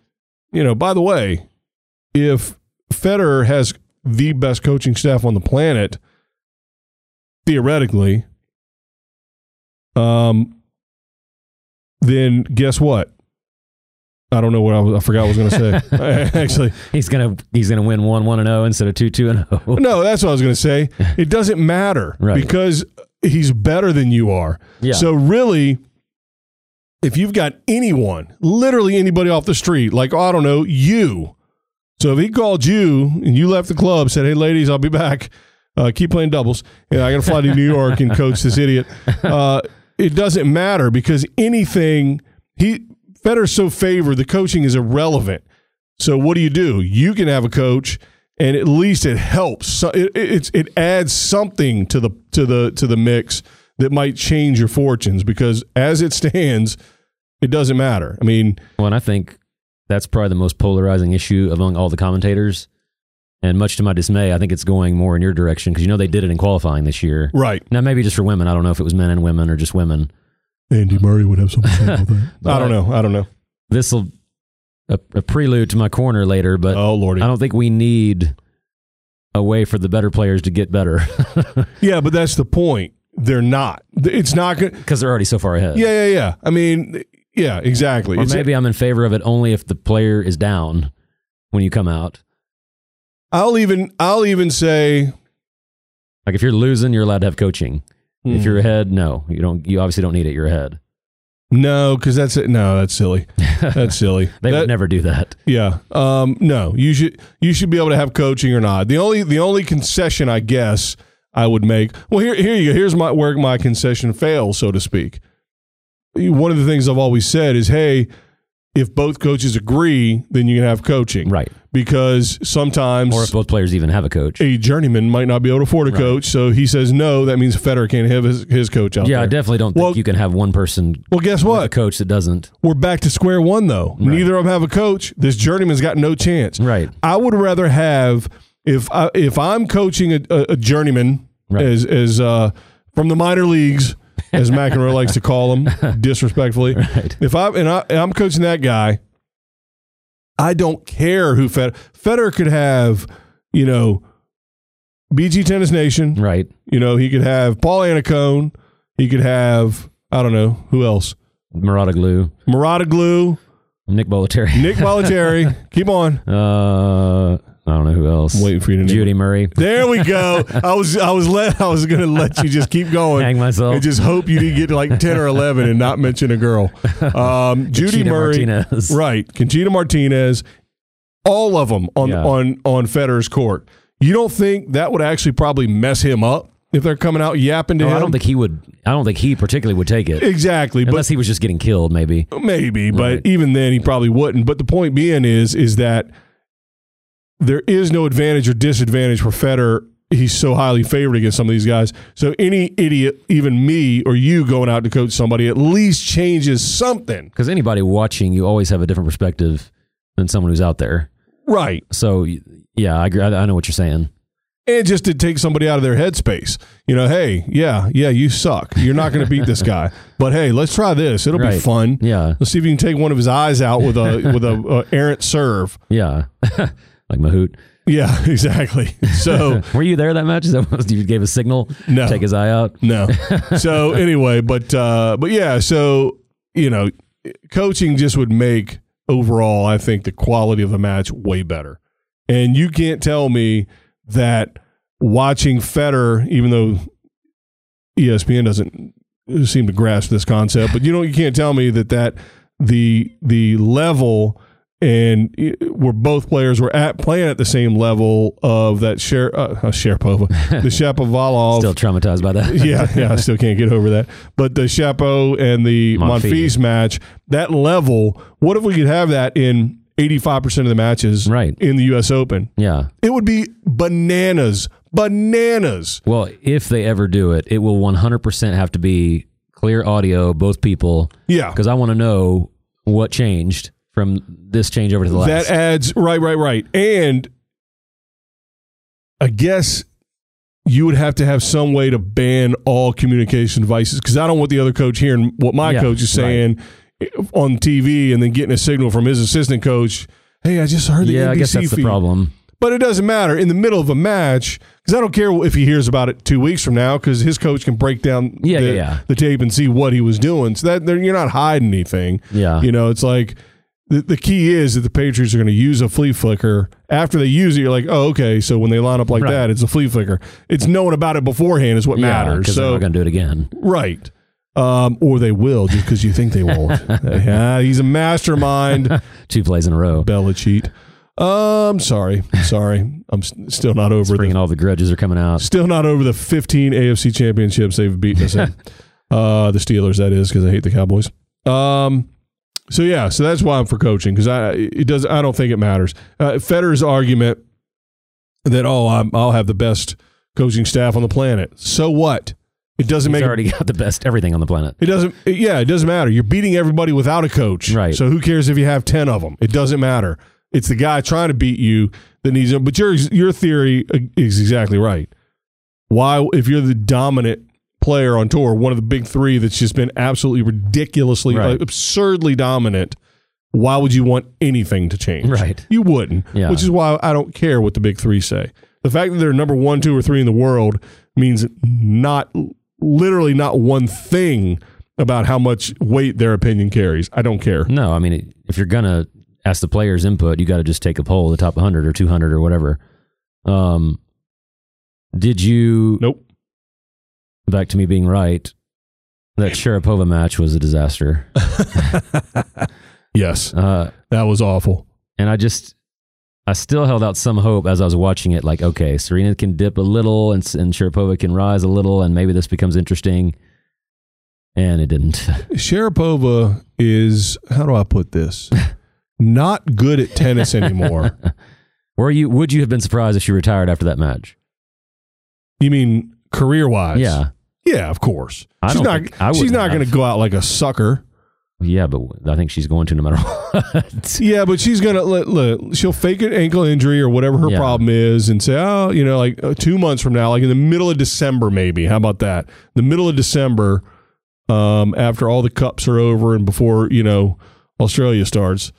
[SPEAKER 2] you know, by the way, if Federer has the best coaching staff on the planet, theoretically, um, then guess what? I don't know what I, was, I forgot what I was going to say. (laughs) Actually,
[SPEAKER 3] He's gonna he's gonna win one one and zero instead of two two and oh. zero.
[SPEAKER 2] no, that's what I was going to say. It doesn't matter
[SPEAKER 3] Right.
[SPEAKER 2] because he's better than you are.
[SPEAKER 3] (laughs) Yeah.
[SPEAKER 2] So really, if you've got anyone, literally anybody off the street, like I don't know, you. So if he called you and you left the club, said, "Hey, ladies, I'll be back. Uh, keep playing doubles. And I got to fly to New York and coach this idiot." Uh, it doesn't matter because anything he Federer's so favored, the coaching is irrelevant. So what do you do? You can have a coach, and at least it helps. So it, it, it's- it adds something to the to the to the mix that might change your fortunes because as it stands, it doesn't matter. I mean,
[SPEAKER 3] Well, and I think that's probably the most polarizing issue among all the commentators. And much to my dismay, I think it's going more in your direction because you know they did it in qualifying this year.
[SPEAKER 2] right?
[SPEAKER 3] Now, maybe just for women. I don't know if it was men and women or just women.
[SPEAKER 2] Andy Murray would have something to say about that. (laughs) I
[SPEAKER 3] But-
[SPEAKER 2] don't know. I don't know.
[SPEAKER 3] This will a, a prelude to my corner later, but
[SPEAKER 2] Oh lordy.
[SPEAKER 3] I don't think we need a way for the better players to get better (laughs)
[SPEAKER 2] Yeah, but that's the point. They're not. It's not good.
[SPEAKER 3] because they're already so far ahead.
[SPEAKER 2] Yeah, yeah, yeah. I mean, yeah, exactly.
[SPEAKER 3] Or
[SPEAKER 2] It's-
[SPEAKER 3] maybe I'm in favor of it only if the player is down when you come out.
[SPEAKER 2] I'll even I'll even say
[SPEAKER 3] Like if you're losing, you're allowed to have coaching. If
[SPEAKER 2] Hmm.
[SPEAKER 3] you're ahead, no, you don't. You obviously don't need it. You're ahead.
[SPEAKER 2] no, because that's it. No, that's
[SPEAKER 3] (laughs)
[SPEAKER 2] silly. That's silly.
[SPEAKER 3] They
[SPEAKER 2] That-
[SPEAKER 3] would never do that.
[SPEAKER 2] Yeah. Um, no, you should you should be able to have coaching or not. The only the only concession I guess I would make. Well, here here you go. Here's my where my concession fails, so to speak. One of the things I've always said is, hey, if both coaches agree, then you can have coaching,
[SPEAKER 3] Right.
[SPEAKER 2] Because sometimes
[SPEAKER 3] Or if both players even have a coach.
[SPEAKER 2] a journeyman might not be able to afford a
[SPEAKER 3] Right.
[SPEAKER 2] coach, so he says no. That means Federer can't have his, his coach out
[SPEAKER 3] Yeah, I
[SPEAKER 2] there.
[SPEAKER 3] definitely don't think
[SPEAKER 2] Well-
[SPEAKER 3] you can have one person
[SPEAKER 2] well, guess
[SPEAKER 3] a
[SPEAKER 2] what?
[SPEAKER 3] coach that
[SPEAKER 2] (laughs)
[SPEAKER 3] doesn't.
[SPEAKER 2] We're back to square one, though. Neither of them have a coach. This journeyman's got no chance.
[SPEAKER 3] Right.
[SPEAKER 2] I would rather have if I, if I'm coaching a, a, a journeyman
[SPEAKER 3] Right.
[SPEAKER 2] as as uh, from the minor leagues,
[SPEAKER 3] (laughs)
[SPEAKER 2] as McEnroe likes to call them, disrespectfully.
[SPEAKER 3] Right.
[SPEAKER 2] If I and, I and I'm coaching that guy, I don't care who Fed Federer could have, you know, BG Tennis Nation.
[SPEAKER 3] Right.
[SPEAKER 2] You know, he could have Paul Anacone. He could have I don't know who else.
[SPEAKER 3] Murata Glue.
[SPEAKER 2] Murata Glue, (laughs)
[SPEAKER 3] Nick Bolletary.
[SPEAKER 2] Nick Bollettieri. Keep on.
[SPEAKER 3] Uh, I I don't know who else.
[SPEAKER 2] I'm waiting for you to name
[SPEAKER 3] Judy Murray.
[SPEAKER 2] There we go. I was I was let I was gonna let you just keep going.
[SPEAKER 3] Hang myself.
[SPEAKER 2] And just hope you didn't get to like ten or eleven and not mention a
[SPEAKER 3] (laughs)
[SPEAKER 2] girl. Um, Judy
[SPEAKER 3] Gina
[SPEAKER 2] Murray,
[SPEAKER 3] Martinez.
[SPEAKER 2] right? Conchita Martinez. All of them on
[SPEAKER 3] Yeah.
[SPEAKER 2] on on Federer's court. You don't think that would actually probably mess him up if they're coming out yapping to
[SPEAKER 3] No,
[SPEAKER 2] him?
[SPEAKER 3] I don't think he would. I don't think he particularly would take it
[SPEAKER 2] exactly. But
[SPEAKER 3] unless he was just getting killed. Maybe
[SPEAKER 2] Maybe, but
[SPEAKER 3] Right.
[SPEAKER 2] even then, he probably wouldn't. But the point being is, is that there is no advantage or disadvantage for Federer. He's so highly favored against some of these guys. So any idiot, even me or you, going out to coach somebody, at least changes something,
[SPEAKER 3] because anybody watching, you always have a different perspective than someone who's out there.
[SPEAKER 2] right?
[SPEAKER 3] So y- yeah, I agree. I, I know what you're saying.
[SPEAKER 2] And just to take somebody out of their headspace, you know, hey, yeah, yeah, you suck. You're not going to beat this
[SPEAKER 3] (laughs)
[SPEAKER 2] guy, but hey, let's try this. It'll be
[SPEAKER 3] Right.
[SPEAKER 2] fun.
[SPEAKER 3] Yeah,
[SPEAKER 2] Let's see if you can take one of his eyes out with a with a uh, errant serve.
[SPEAKER 3] yeah. (laughs) like Mahout.
[SPEAKER 2] Yeah, (laughs) exactly.
[SPEAKER 3] (laughs)
[SPEAKER 2] So.
[SPEAKER 3] Were you there that match? Is that what you gave a signal?
[SPEAKER 2] No.
[SPEAKER 3] Take his eye out.
[SPEAKER 2] No. So anyway, but uh, but yeah, so you know, coaching just would make overall, I think, the quality of the match way better. And you can't tell me that watching Federer, even though E ESPN doesn't seem to grasp this concept, but you know, you can't tell me that that the the level and it- where both players were at playing at the same level of that Sher, uh, uh, Sharapova, the Shapovalov
[SPEAKER 3] Still traumatized by
[SPEAKER 2] (laughs)
[SPEAKER 3] that.
[SPEAKER 2] yeah,
[SPEAKER 3] (laughs)
[SPEAKER 2] yeah, I still can't get over that. But the Chapeau and the
[SPEAKER 3] Monfils.
[SPEAKER 2] Monfils match, that level, what if we could have that in 85% of the matches
[SPEAKER 3] Right.
[SPEAKER 2] in the US Open?
[SPEAKER 3] yeah.
[SPEAKER 2] It would be bananas. Bananas.
[SPEAKER 3] Well, if they ever do it, it will 100% have to be clear audio, both people,
[SPEAKER 2] Yeah.
[SPEAKER 3] because I want to know what changed from this change over to the last.
[SPEAKER 2] That adds right, right, right. And I guess you would have to have some way to ban all communication devices because I don't want the other coach hearing what my
[SPEAKER 3] Yeah,
[SPEAKER 2] coach is saying on TV and then getting a signal from his assistant coach. Hey, I just heard the
[SPEAKER 3] yeah,
[SPEAKER 2] NBC
[SPEAKER 3] I guess that's
[SPEAKER 2] feed.
[SPEAKER 3] the problem.
[SPEAKER 2] But it doesn't matter in the middle of a match because I don't care if he hears about it two weeks from now because his coach can break down
[SPEAKER 3] Yeah,
[SPEAKER 2] the,
[SPEAKER 3] yeah, yeah.
[SPEAKER 2] the tape and see what he was doing. So that there- you're not hiding anything.
[SPEAKER 3] Yeah.
[SPEAKER 2] You know, it's like the, the key is that the Patriots are going to use a flea flicker. After they use it, you're like, oh, okay. So when they line up like
[SPEAKER 3] Right.
[SPEAKER 2] that, it's a flea flicker. It's knowing about it beforehand is what matters.
[SPEAKER 3] because they're
[SPEAKER 2] So
[SPEAKER 3] not going to do it again.
[SPEAKER 2] right. Um, or they will just because you think they
[SPEAKER 3] (laughs)
[SPEAKER 2] won't. yeah, he's a mastermind.
[SPEAKER 3] Two plays in a row.
[SPEAKER 2] Bella cheat. Um, sorry, sorry. I'm s- still not over the
[SPEAKER 3] Bringing all the grudges are coming out.
[SPEAKER 2] still not over the 15 AFC championships they've beaten us in. uh, the Steelers, that is, because I hate the Cowboys. Um, so yeah, so that's why I'm for coaching because I it does I don't think it matters. Uh, Federer's argument that oh I'm, I'll have the best coaching staff on the planet. So what? It doesn't
[SPEAKER 3] He's
[SPEAKER 2] make a
[SPEAKER 3] already got the best everything on the planet.
[SPEAKER 2] it doesn't. it- yeah, it doesn't matter. You're beating everybody without a coach,
[SPEAKER 3] Right.
[SPEAKER 2] So who cares if you have ten of them? It doesn't matter. It's the guy trying to beat you that needs. But your your theory e, is exactly right. Why, if you're the dominant player on tour, one of the big three that's just been absolutely ridiculously,
[SPEAKER 3] Right.
[SPEAKER 2] like, absurdly dominant, why would you want anything to change?
[SPEAKER 3] Right.
[SPEAKER 2] You wouldn't.
[SPEAKER 3] Yeah.
[SPEAKER 2] Which is why I don't care what the big three say. The fact that they're number one, two, or three in the world means not literally not one thing about how much weight their opinion carries. I don't care.
[SPEAKER 3] No, I mean, it- if you're going to ask the players' input, you got to just take a poll, the top 100 or 200 or whatever. Um, did you
[SPEAKER 2] Nope.
[SPEAKER 3] back to me being right,
[SPEAKER 2] (laughs)
[SPEAKER 3] that Sharapova match was a disaster.
[SPEAKER 2] Yes.
[SPEAKER 3] Uh,
[SPEAKER 2] That was awful.
[SPEAKER 3] and I just, I still held out some hope as I was watching it. Like, okay, Serena can dip a little, and, and Sharapova can rise a little, and maybe this becomes interesting. And it didn't. (laughs)
[SPEAKER 2] Sharapova is how do I put this? (laughs) not good at tennis
[SPEAKER 3] (laughs)
[SPEAKER 2] anymore.
[SPEAKER 3] Were you? Would you have been surprised if she retired after that match?
[SPEAKER 2] you mean career wise?
[SPEAKER 3] yeah,
[SPEAKER 2] Yeah, of course.
[SPEAKER 3] I
[SPEAKER 2] she's
[SPEAKER 3] don't
[SPEAKER 2] not
[SPEAKER 3] think- I
[SPEAKER 2] she's
[SPEAKER 3] wouldn't
[SPEAKER 2] not going to
[SPEAKER 3] have.
[SPEAKER 2] go out like a sucker.
[SPEAKER 3] yeah, but I think she's going to no matter (laughs) what.
[SPEAKER 2] Yeah, but she's gonna look, look, she'll fake an ankle injury or whatever her
[SPEAKER 3] Yeah.
[SPEAKER 2] problem is, and say, oh, you know, like uh, two months from now, like in the middle of December, maybe. How about that? The middle of December, um, after all the cups are over and before you know Australia starts.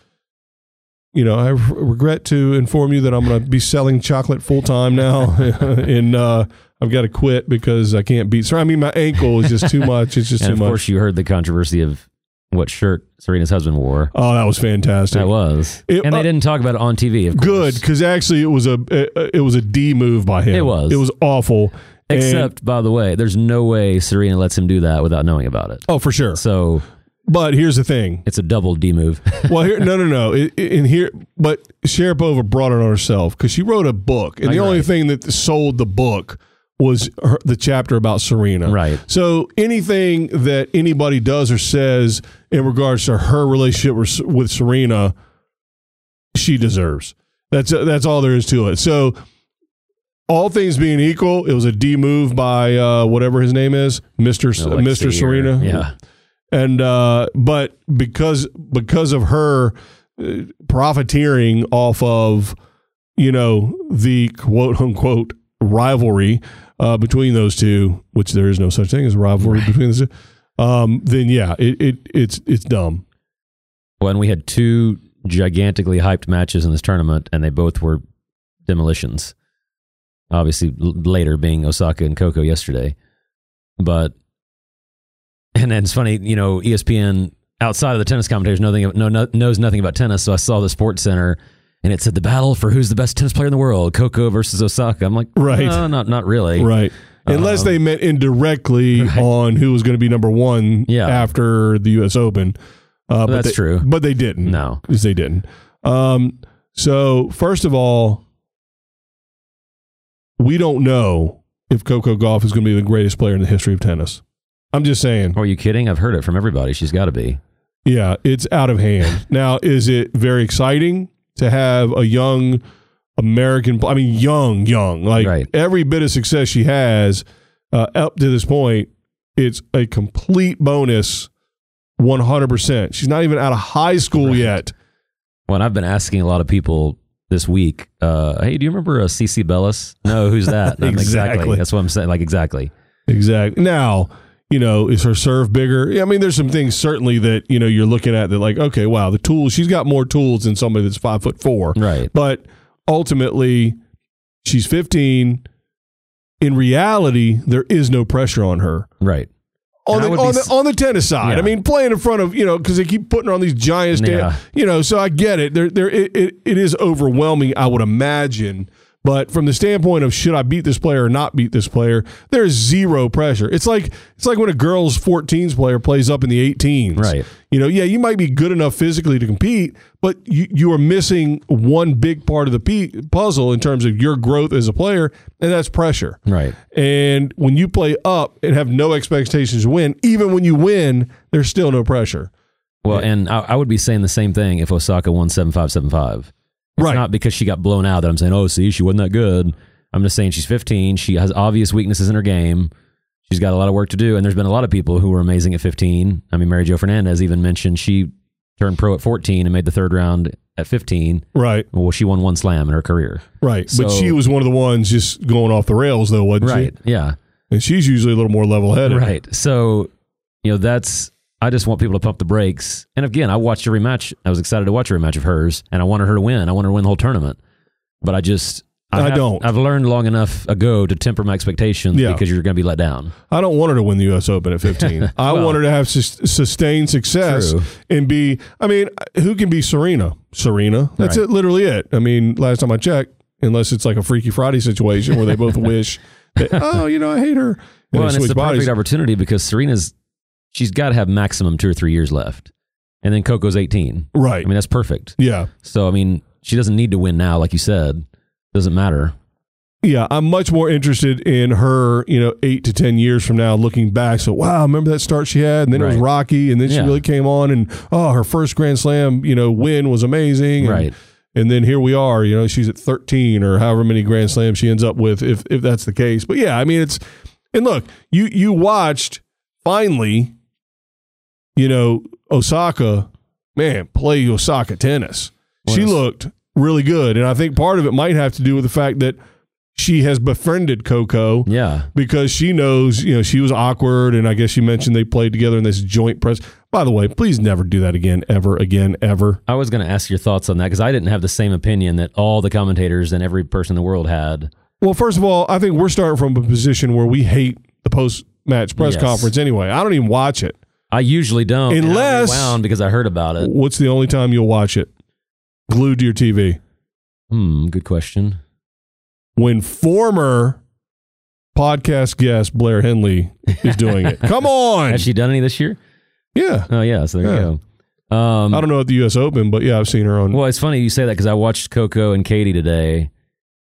[SPEAKER 2] You know, I r- regret to inform you that I'm going to be selling chocolate full time now, (laughs) and uh, I've got to quit because I can't beat. So I mean, my ankle is just too much. It's just
[SPEAKER 3] (laughs) and
[SPEAKER 2] too
[SPEAKER 3] of
[SPEAKER 2] much.
[SPEAKER 3] course, you heard the controversy of what shirt Serena's husband wore.
[SPEAKER 2] Oh, that was fantastic.
[SPEAKER 3] That was,
[SPEAKER 2] It-
[SPEAKER 3] and they
[SPEAKER 2] uh,
[SPEAKER 3] didn't talk about it on TV. Of course,
[SPEAKER 2] Good, because actually it was a it, it was a D move by him.
[SPEAKER 3] It was.
[SPEAKER 2] It was awful. And-
[SPEAKER 3] Except, by the way, there's no way Serena lets him do that without knowing about it.
[SPEAKER 2] oh, for sure.
[SPEAKER 3] So
[SPEAKER 2] But here's the thing.
[SPEAKER 3] it's a double D move. (laughs)
[SPEAKER 2] Well, here, no, no, no. It, it- in here, but Sharapova brought it on herself because she wrote a book, and the
[SPEAKER 3] Right,
[SPEAKER 2] only
[SPEAKER 3] right.
[SPEAKER 2] thing that sold the book was her, the chapter about Serena.
[SPEAKER 3] Right.
[SPEAKER 2] So anything that anybody does or says in regards to her relationship with- with Serena, she deserves. That's that's all there is to it. So. All things being equal, it was a D move by uh, whatever his name is, Mister
[SPEAKER 3] Alexei or-
[SPEAKER 2] Mister Serena
[SPEAKER 3] Yeah.
[SPEAKER 2] and uh, but because because of her uh, profiteering off of you know the quote unquote rivalry uh, between those two, which there is no such thing as rivalry between those two, um, then yeah, it, it it's it's dumb.
[SPEAKER 3] When we had two gigantically hyped matches in this tournament, and they both were demolitions. Obviously, l- later being Osaka and Coco yesterday, but (laughs) and then it's funny, you know, E ESPN outside of the tennis commentators, nothing no, no, knows nothing about tennis. So I saw the Sports Center, and it said the battle for who's the best tennis player in the world, Coco versus Osaka. I'm like,
[SPEAKER 2] Right.
[SPEAKER 3] no, not not really,
[SPEAKER 2] Right. Unless
[SPEAKER 3] Uh, Um,
[SPEAKER 2] they meant indirectly
[SPEAKER 3] Right.
[SPEAKER 2] on who was going to be number one
[SPEAKER 3] Yeah.
[SPEAKER 2] after the U.S. Open. Uh, but
[SPEAKER 3] That's
[SPEAKER 2] they-
[SPEAKER 3] true.
[SPEAKER 2] But they didn't.
[SPEAKER 3] No.
[SPEAKER 2] 'Cause they didn't. Um, so, first of all, we don't know if Coco Golf is going to be the greatest player in the history of tennis. I'm just saying.
[SPEAKER 3] Are you kidding? I've heard it from everybody. She's got to be.
[SPEAKER 2] Yeah, it's out of
[SPEAKER 3] (laughs)
[SPEAKER 2] hand. now, is it very exciting to have a young American? I mean, young, young. Like
[SPEAKER 3] Right.
[SPEAKER 2] every bit of success she has uh, up to this point, it's a complete bonus. One hundred percent. She's not even out of high school
[SPEAKER 3] Right.
[SPEAKER 2] yet.
[SPEAKER 3] When I've been asking a lot of people this week, uh, hey, do you remember uh, CC Bellis? No, who's that? And I'm,
[SPEAKER 2] Exactly.
[SPEAKER 3] That's what I'm saying. Like, exactly.
[SPEAKER 2] Exactly. Now, you know, is her serve bigger? Yeah, I mean, there's some things certainly that you know you're looking at that like, okay, wow, the tools. She's got more tools than somebody that's five foot four.
[SPEAKER 3] Right.
[SPEAKER 2] But ultimately, she's 15. In reality, there is no pressure on her.
[SPEAKER 3] Right.
[SPEAKER 2] On
[SPEAKER 3] And I
[SPEAKER 2] the,
[SPEAKER 3] would be
[SPEAKER 2] on, the,
[SPEAKER 3] s-
[SPEAKER 2] on the tennis side, I
[SPEAKER 3] Yeah.
[SPEAKER 2] mean, playing in front of you know because they keep putting her on these giant stand,
[SPEAKER 3] Yeah.
[SPEAKER 2] you know. So I get it. There, there, it, it, it is overwhelming. I would imagine, but from the standpoint of should I beat this player or not beat this player, there is zero pressure. It's like it's like when a girls' 14s player plays up in the 18s,
[SPEAKER 3] Right.
[SPEAKER 2] you know, yeah, you might be good enough physically to compete, but you, you are missing one big part of the pe- puzzle in terms of your growth as a player, and that's pressure.
[SPEAKER 3] Right.
[SPEAKER 2] And when you play up and have no expectations to win, even when you win, there's still no pressure.
[SPEAKER 3] Well, and I, I would be saying the same thing if Osaka won 7 5 7 5. It's
[SPEAKER 2] Right.
[SPEAKER 3] not because she got blown out that I'm saying, oh, see, she wasn't that good. I'm just saying she's 15. She has obvious weaknesses in her game. She's got a lot of work to do. And there's been a lot of people who were amazing at 15. I mean, Mary Jo Fernandez even mentioned she turned pro at 14 and made the third round at 15.
[SPEAKER 2] Right,
[SPEAKER 3] Well, she won one slam in her career.
[SPEAKER 2] right.
[SPEAKER 3] So-
[SPEAKER 2] but she was one of the ones just going off the rails, though, wasn't
[SPEAKER 3] Right. Yeah.
[SPEAKER 2] she? And she's usually a little more level headed.
[SPEAKER 3] Right. So, you know, that's, I just want people to pump the brakes. And again, I watched a rematch. I was excited to watch a rematch of hers and I wanted her to win. I wanted her to win the whole tournament. But I just,
[SPEAKER 2] I
[SPEAKER 3] have-
[SPEAKER 2] don't.
[SPEAKER 3] I've learned long enough ago to temper my expectations
[SPEAKER 2] Yeah.
[SPEAKER 3] because you're going to be let down.
[SPEAKER 2] I don't want her to win the U.S. (laughs) Open at 15. I
[SPEAKER 3] Well-
[SPEAKER 2] want her to have sus- sustained success
[SPEAKER 3] True.
[SPEAKER 2] and be. I mean, who can be Serena? Serena. That's
[SPEAKER 3] Right.
[SPEAKER 2] it. Literally it. I mean, last time I checked, unless it's like a Freaky Friday situation where they (laughs) both wish, that, oh, you know, I hate her. they
[SPEAKER 3] Well, and it's
[SPEAKER 2] switch
[SPEAKER 3] the perfect opportunity because Serena's, she's got to have maximum two or three years left. And then Coco's 18. I
[SPEAKER 2] Right.
[SPEAKER 3] mean, that's perfect.
[SPEAKER 2] yeah.
[SPEAKER 3] So, I mean, she doesn't need to win now, like you said. Doesn't matter.
[SPEAKER 2] Yeah, I'm much more interested in her, you know, eight to ten years from now, looking back. So, wow, remember that start she had, and then it was
[SPEAKER 3] Right.
[SPEAKER 2] rocky, and then she
[SPEAKER 3] Yeah.
[SPEAKER 2] really came on, and oh, her first Grand Slam, you know, win was amazing, and-
[SPEAKER 3] Right.
[SPEAKER 2] And then here we are, you know, she's at 13 or however many Grand Slams she ends up with, if if that's the case. But yeah, I mean, it's and look, you you watched finally, you know, Osaka, man, play Osaka tennis. She
[SPEAKER 3] Yes.
[SPEAKER 2] looked really good, and I think part of it might have to do with the fact that she has befriended Coco
[SPEAKER 3] Yeah.
[SPEAKER 2] because she knows, you know, she was awkward, and I guess she mentioned they played together in this joint press. By the way, please never do that again, ever again, ever.
[SPEAKER 3] I was going to ask your thoughts on that because I didn't have the same opinion that all the commentators and every person in the world had.
[SPEAKER 2] Well, first of all, I think we're starting from a position where we hate the post match press
[SPEAKER 3] Yes.
[SPEAKER 2] conference anyway. I don't even watch it.
[SPEAKER 3] I usually don't. and I
[SPEAKER 2] Unless-
[SPEAKER 3] rewound because I heard about it.
[SPEAKER 2] What's the only time you'll watch it? Glued to your TV.
[SPEAKER 3] Hmm. Good question.
[SPEAKER 2] When former podcast guest Blair Henley is doing
[SPEAKER 3] (laughs)
[SPEAKER 2] it. Come on.
[SPEAKER 3] Has she done any this year?
[SPEAKER 2] yeah.
[SPEAKER 3] Oh yeah. So there you go. Um,
[SPEAKER 2] I don't know at the U.S. Open, but yeah, I've seen her on.
[SPEAKER 3] Well, it's funny you say that because I watched Coco and Katie today,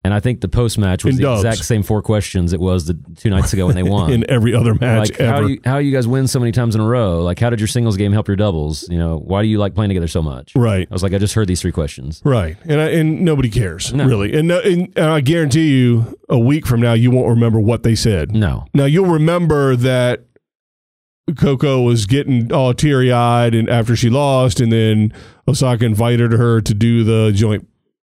[SPEAKER 3] and I think the post match was
[SPEAKER 2] In
[SPEAKER 3] the
[SPEAKER 2] dubs.
[SPEAKER 3] exact same four questions it was the two nights ago
[SPEAKER 2] (laughs)
[SPEAKER 3] when they won.
[SPEAKER 2] in every other match
[SPEAKER 3] like how
[SPEAKER 2] ever.
[SPEAKER 3] you how you guys win so many times in a row? Like how did your singles game help your doubles? You know why do you like playing together so much?
[SPEAKER 2] right.
[SPEAKER 3] I was like I just heard these three questions.
[SPEAKER 2] Right, and I, and nobody cares really, and, no, and and I guarantee you, a week from now, you won't remember what they said.
[SPEAKER 3] No,
[SPEAKER 2] Now you'll remember that Coco was getting all teary eyed, and after she lost, and then Osaka invited her to do the joint,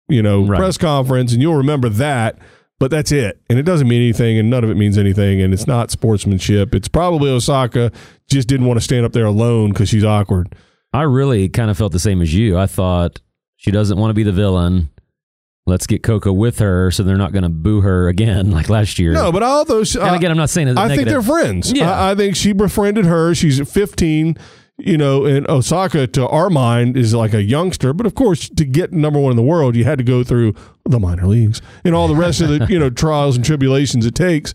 [SPEAKER 2] you know,
[SPEAKER 3] Right.
[SPEAKER 2] press conference, and you'll remember that. But that's it, and it doesn't mean anything, and none of it means anything, and it's not sportsmanship. It's probably Osaka just didn't want to stand up there alone because she's awkward.
[SPEAKER 3] I really kind of felt the same as you. I thought she doesn't want to be the villain. Let's get Coco with her so they're not going to boo her again (laughs) like last year.
[SPEAKER 2] No, but all those uh,
[SPEAKER 3] and
[SPEAKER 2] I-
[SPEAKER 3] again, I'm not saying it's
[SPEAKER 2] I think
[SPEAKER 3] negative.
[SPEAKER 2] they're friends.
[SPEAKER 3] Yeah.
[SPEAKER 2] I, I think she befriended her. She's 15, you know, and Osaka to our mind is like a youngster. But of course, to get number one in the world, you had to go through the minor leagues and all the rest of the, you know, (laughs) trials and tribulations it takes.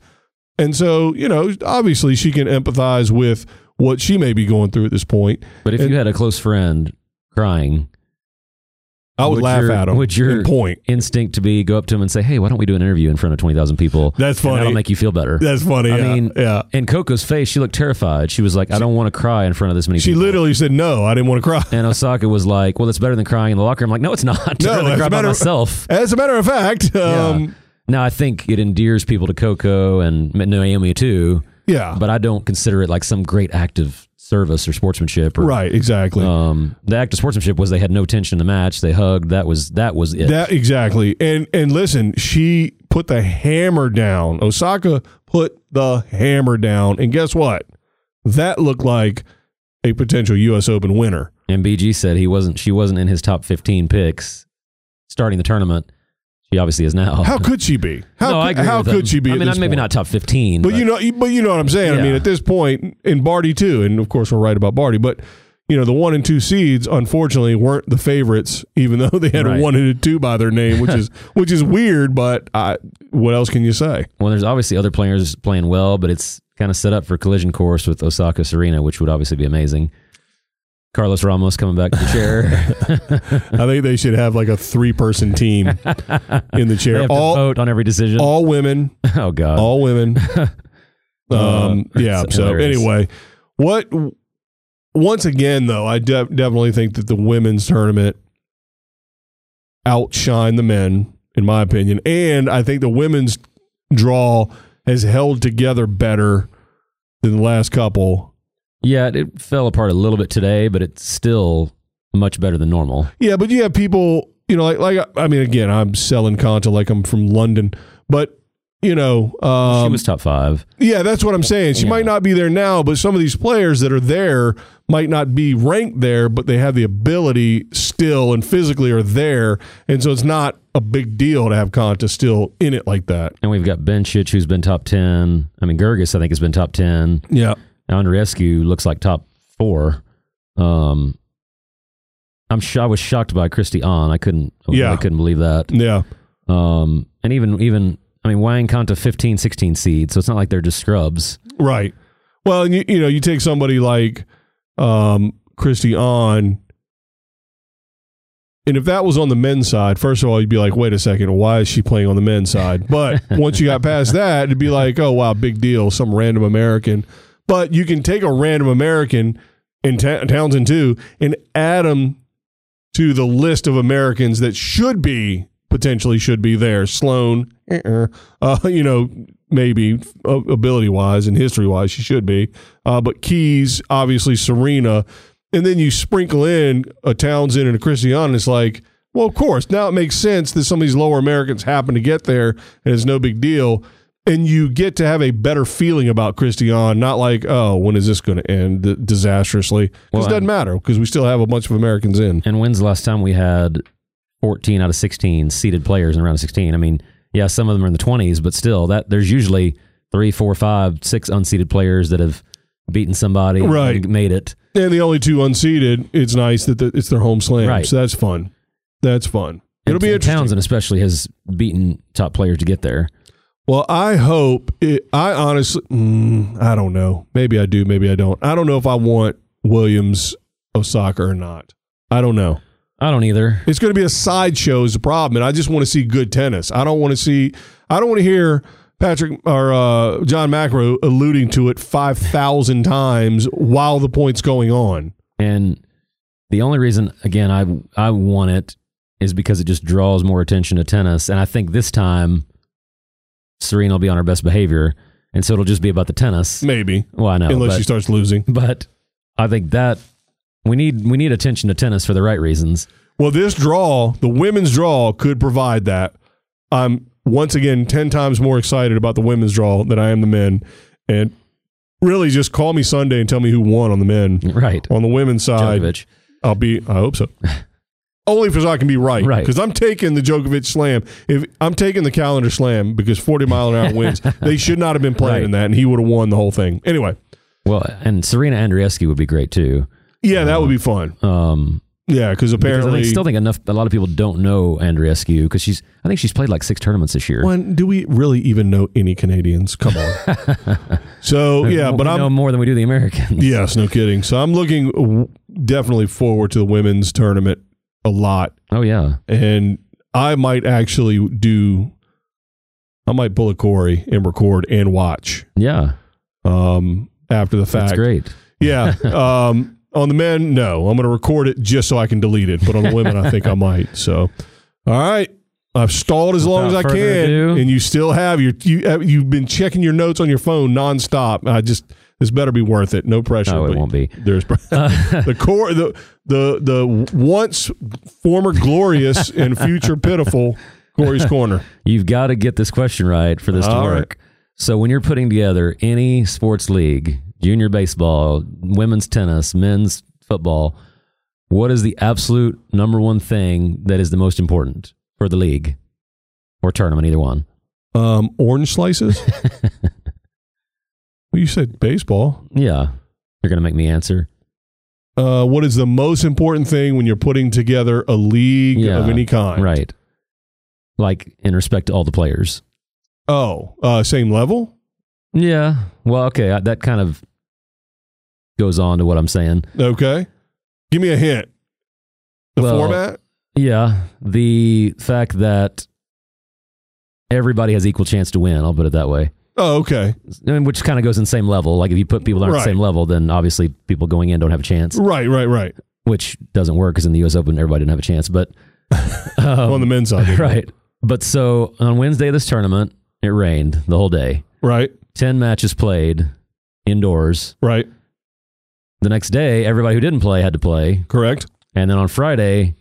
[SPEAKER 2] And so, you know, obviously she can empathize with what she may be going through at this point.
[SPEAKER 3] but if you had a close friend crying,
[SPEAKER 2] I would,
[SPEAKER 3] Would
[SPEAKER 2] laugh
[SPEAKER 3] your-
[SPEAKER 2] at them.
[SPEAKER 3] would your-
[SPEAKER 2] and point?
[SPEAKER 3] instinct to be go up to him and say, "Hey, why don't we do an interview in front of twenty thousand people?"
[SPEAKER 2] That's
[SPEAKER 3] And
[SPEAKER 2] funny.
[SPEAKER 3] that'll make you feel better.
[SPEAKER 2] That's funny.
[SPEAKER 3] I
[SPEAKER 2] yeah,
[SPEAKER 3] mean,
[SPEAKER 2] yeah.
[SPEAKER 3] In Coco's face, she looked terrified. She was like, "I don't want to cry in front of this many
[SPEAKER 2] She
[SPEAKER 3] people."
[SPEAKER 2] literally said, no, I didn't want to cry. (laughs)
[SPEAKER 3] and Osaka was like, "Well, it's better than crying in the locker." room." I'm like, "No, it's not. (laughs) I'd
[SPEAKER 2] No,
[SPEAKER 3] rather
[SPEAKER 2] it's
[SPEAKER 3] cry by
[SPEAKER 2] better- (laughs)
[SPEAKER 3] myself."
[SPEAKER 2] As a matter of fact, um,
[SPEAKER 3] Now I think it endears people to Coco and Naomi too,
[SPEAKER 2] yeah.
[SPEAKER 3] but I don't consider it like some great act of service or sportsmanship. Or,
[SPEAKER 2] Right, exactly.
[SPEAKER 3] Um, the act of sportsmanship was they had no tension in the match. They hugged. That was that was it.
[SPEAKER 2] That exactly. And and listen, she put the hammer down. Osaka put the hammer down. And guess what? That looked like a potential US Open winner.
[SPEAKER 3] And BG said he wasn't. She wasn't in his top 15 picks starting the tournament. She obviously is now.
[SPEAKER 2] How could she be? How
[SPEAKER 3] (laughs) no, I
[SPEAKER 2] could,
[SPEAKER 3] agree
[SPEAKER 2] how
[SPEAKER 3] with
[SPEAKER 2] could
[SPEAKER 3] him.
[SPEAKER 2] she be?
[SPEAKER 3] I
[SPEAKER 2] at
[SPEAKER 3] mean,
[SPEAKER 2] this
[SPEAKER 3] maybe
[SPEAKER 2] point?
[SPEAKER 3] not top 15.
[SPEAKER 2] But you know, but you know what I'm saying. I mean,
[SPEAKER 3] Yeah.
[SPEAKER 2] at this point, and Barty too, and of course we're right about Barty, but you know, the one and two seeds unfortunately weren't the favorites, even though they had
[SPEAKER 3] Right.
[SPEAKER 2] a one and a two by their name, which is which is weird. But I, what else can you say?
[SPEAKER 3] well, there's obviously other players playing well, but it's kind of set up for collision course with Osaka Serena, which would obviously be amazing. Carlos Ramos coming back to the
[SPEAKER 2] (laughs)
[SPEAKER 3] chair.
[SPEAKER 2] I think they should have like a three person
[SPEAKER 3] (laughs)
[SPEAKER 2] team in the
[SPEAKER 3] they
[SPEAKER 2] chair.
[SPEAKER 3] have to
[SPEAKER 2] All
[SPEAKER 3] vote on every decision.
[SPEAKER 2] all women.
[SPEAKER 3] (laughs) oh God.
[SPEAKER 2] All
[SPEAKER 3] (laughs)
[SPEAKER 2] women. Um,
[SPEAKER 3] Uh,
[SPEAKER 2] yeah.
[SPEAKER 3] it's
[SPEAKER 2] So
[SPEAKER 3] Uh, hilarious.
[SPEAKER 2] anyway, what once again though, I de- definitely think that the women's tournament outshine the men, in my opinion. And I think the women's draw has held together better than the last couple.
[SPEAKER 3] yeah, it fell apart a little bit today, but it's still much better than normal.
[SPEAKER 2] Yeah, but you have people, you know, like like I mean, again, I'm selling content like I'm from London, but you know, um,
[SPEAKER 3] she was top five.
[SPEAKER 2] yeah, that's what I'm saying. She
[SPEAKER 3] Yeah.
[SPEAKER 2] might not be there now, but some of these players that are there might not be ranked there, but they have the ability still and physically are there, and so it's not a big deal to have Conta still in it like that.
[SPEAKER 3] And we've got Benchich, who's been top 10. I mean, Gergis, I think, has been top 10.
[SPEAKER 2] Yeah,
[SPEAKER 3] Andreescu looks like top four. Um, I'm sh- I was shocked by Christy on. I couldn't.
[SPEAKER 2] Yeah.
[SPEAKER 3] I couldn't believe that.
[SPEAKER 2] yeah,
[SPEAKER 3] Um, and even even I mean Wang Conta 15, 16 seed. So it's not like they're just scrubs.
[SPEAKER 2] right. Well, and you you know, you take somebody like um, Christy on. And if that was on the men's side, first of all, you'd be like, wait a second, why is she playing on the men's side? But once you got past that, it'd be like, oh, wow, big deal, some random American. But you can take a random American in Ta- Townsend, too, and add them to the list of Americans that should be, potentially should be there. Sloan, uh-uh, uh, you know, maybe ability wise and history wise, she should be. Uh, but Keys, obviously, Serena and then you sprinkle in a Townsend and a Cristiano, and it's like, well, of course, now it makes sense that some of these lower Americans happen to get there, and it's no big deal. And you get to have a better feeling about Cristiano, not like, oh, when is this going to end th- disastrously?
[SPEAKER 3] Well,
[SPEAKER 2] Because it doesn't
[SPEAKER 3] and-
[SPEAKER 2] matter because we still have a bunch of Americans in.
[SPEAKER 3] And when's the last time we had 14 out of 16 seeded players in round of 16? I mean, yeah, some of them are in the 20s, but still, that there's usually three, four, five, six unseeded players that have beaten somebody, and
[SPEAKER 2] Right.
[SPEAKER 3] made it.
[SPEAKER 2] And the only two unseeded, it's nice that the, it's their home slam.
[SPEAKER 3] Right.
[SPEAKER 2] So that's fun. That's fun. It'll
[SPEAKER 3] And-
[SPEAKER 2] be
[SPEAKER 3] and
[SPEAKER 2] interesting.
[SPEAKER 3] Townsend especially has beaten top players to get there.
[SPEAKER 2] Well, I hope it, I honestly, mm, I don't know. Maybe I do. Maybe I don't. I don't know if I want Williams Osaka or not. I don't know.
[SPEAKER 3] I don't either.
[SPEAKER 2] It's going to be a sideshow is the problem, and I just want to see good tennis. I don't want to see. I don't want to hear Patrick or uh, John McEnroe alluding to it five thousand times while the point's going on.
[SPEAKER 3] And the only reason, again, I I want it is because it just draws more attention to tennis. And I think this time, Serena will be on her best behavior, and so it'll just be about the tennis.
[SPEAKER 2] Maybe
[SPEAKER 3] Well, I know,
[SPEAKER 2] Mm. unless
[SPEAKER 3] but,
[SPEAKER 2] she starts losing.
[SPEAKER 3] but I think that we need we need attention to tennis for the right reasons.
[SPEAKER 2] Well, this draw, the women's draw, could provide that. I'm once again 10 times more excited about the women's draw than I am the men. And really, just call me Sunday and tell me who won on the men.
[SPEAKER 3] Right,
[SPEAKER 2] On the women's side,
[SPEAKER 3] Djokovic.
[SPEAKER 2] I'll be, I hope so.
[SPEAKER 3] (laughs)
[SPEAKER 2] Only because I can be right.
[SPEAKER 3] Right.
[SPEAKER 2] Because I'm taking the Djokovic slam. If I'm taking the calendar slam because 40 mile an hour
[SPEAKER 3] (laughs)
[SPEAKER 2] wins, they should not have been playing
[SPEAKER 3] Right.
[SPEAKER 2] in that, and he would have won the whole thing. Anyway,
[SPEAKER 3] Well, and Serena Andreescu would be great too.
[SPEAKER 2] yeah, that would be fun.
[SPEAKER 3] Um,
[SPEAKER 2] Yeah, because
[SPEAKER 3] because I
[SPEAKER 2] apparently.
[SPEAKER 3] think, still think enough. A lot of people don't know Andreescu because she's. I think she's played like six tournaments this year.
[SPEAKER 2] When do we really even know any Canadians? Come on. so yeah, but
[SPEAKER 3] we know
[SPEAKER 2] I'm
[SPEAKER 3] more than we do the Americans.
[SPEAKER 2] yes, no kidding. So I'm looking w- definitely forward to the women's tournament a lot,
[SPEAKER 3] Oh yeah.
[SPEAKER 2] and I might actually do. I might pull a Corey and record and watch
[SPEAKER 3] Yeah,
[SPEAKER 2] um, after the fact.
[SPEAKER 3] that's great.
[SPEAKER 2] (laughs) Yeah. Um, on the men, no. I'm going to record it just so I can delete it. But on the women, I think I might. So, all right. I've stalled as long
[SPEAKER 3] Without
[SPEAKER 2] as I
[SPEAKER 3] further
[SPEAKER 2] can,
[SPEAKER 3] ado.
[SPEAKER 2] and you still have your you uh, you've been checking your notes on your phone nonstop. I just this better be worth it. No pressure.
[SPEAKER 3] No, it
[SPEAKER 2] but
[SPEAKER 3] won't be.
[SPEAKER 2] There's pr- (laughs) the core the the the once former glorious and future pitiful Corey's corner.
[SPEAKER 3] You've got to get this question right for this to
[SPEAKER 2] All right.
[SPEAKER 3] work. So when you're putting together any sports league, junior baseball, women's tennis, men's football, what is the absolute number one thing that is the most important for the league or tournament, either one?
[SPEAKER 2] Um, orange slices. (laughs) well, you said baseball.
[SPEAKER 3] Yeah. You're going to make me answer.
[SPEAKER 2] uh, what is the most important thing when you're putting together a league
[SPEAKER 3] Yeah,
[SPEAKER 2] of any kind?
[SPEAKER 3] Right. Like in respect to all the players.
[SPEAKER 2] Oh, uh, same level.
[SPEAKER 3] Yeah. Well, okay. I, that kind of goes on to what I'm saying.
[SPEAKER 2] Okay. Give me a hint. The
[SPEAKER 3] Well-
[SPEAKER 2] format.
[SPEAKER 3] Yeah, the fact that everybody has equal chance to win. I'll put it that way,
[SPEAKER 2] Oh, okay.
[SPEAKER 3] I mean, which kind of goes in the same level. Like if you put people that aren't
[SPEAKER 2] Right.
[SPEAKER 3] the same level, then obviously people going in don't have a chance,
[SPEAKER 2] Right, right, right.
[SPEAKER 3] which doesn't work because in the U.S. Open everybody didn't have a
[SPEAKER 2] (laughs)
[SPEAKER 3] chance. But
[SPEAKER 2] On
[SPEAKER 3] um,
[SPEAKER 2] the men's side,
[SPEAKER 3] (laughs) right, but so on Wednesday of this tournament, it rained the whole day.
[SPEAKER 2] right,
[SPEAKER 3] Ten matches played indoors.
[SPEAKER 2] right.
[SPEAKER 3] The next day, everybody who didn't play had to play,
[SPEAKER 2] Correct.
[SPEAKER 3] and then on Friday,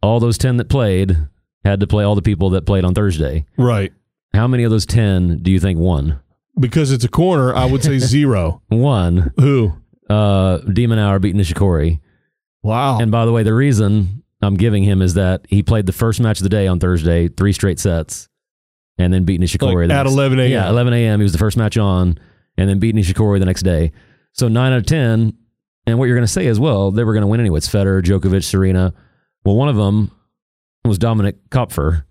[SPEAKER 3] all those ten that played had to play all the people that played on Thursday.
[SPEAKER 2] Right.
[SPEAKER 3] How many of those 10 do you think won?
[SPEAKER 2] Because it's a corner, I would
[SPEAKER 3] (laughs)
[SPEAKER 2] say zero.
[SPEAKER 3] One,
[SPEAKER 2] Who?
[SPEAKER 3] uh, Demon Hour beat Nishikori.
[SPEAKER 2] Wow.
[SPEAKER 3] And by the way, the reason I'm giving him is that he played the first match of the day on Thursday, three straight sets, and then beat Nishikori.
[SPEAKER 2] Like
[SPEAKER 3] the
[SPEAKER 2] at
[SPEAKER 3] next-
[SPEAKER 2] 11 a.m.
[SPEAKER 3] Yeah, 11 a.m. He was the first match on, and then beat Nishikori the next day. So 9 out of 10. And what you're going to say is, well, they were going to win anyway. It's Federer, Djokovic, Serena. Well, one of them was Dominic Kopfer,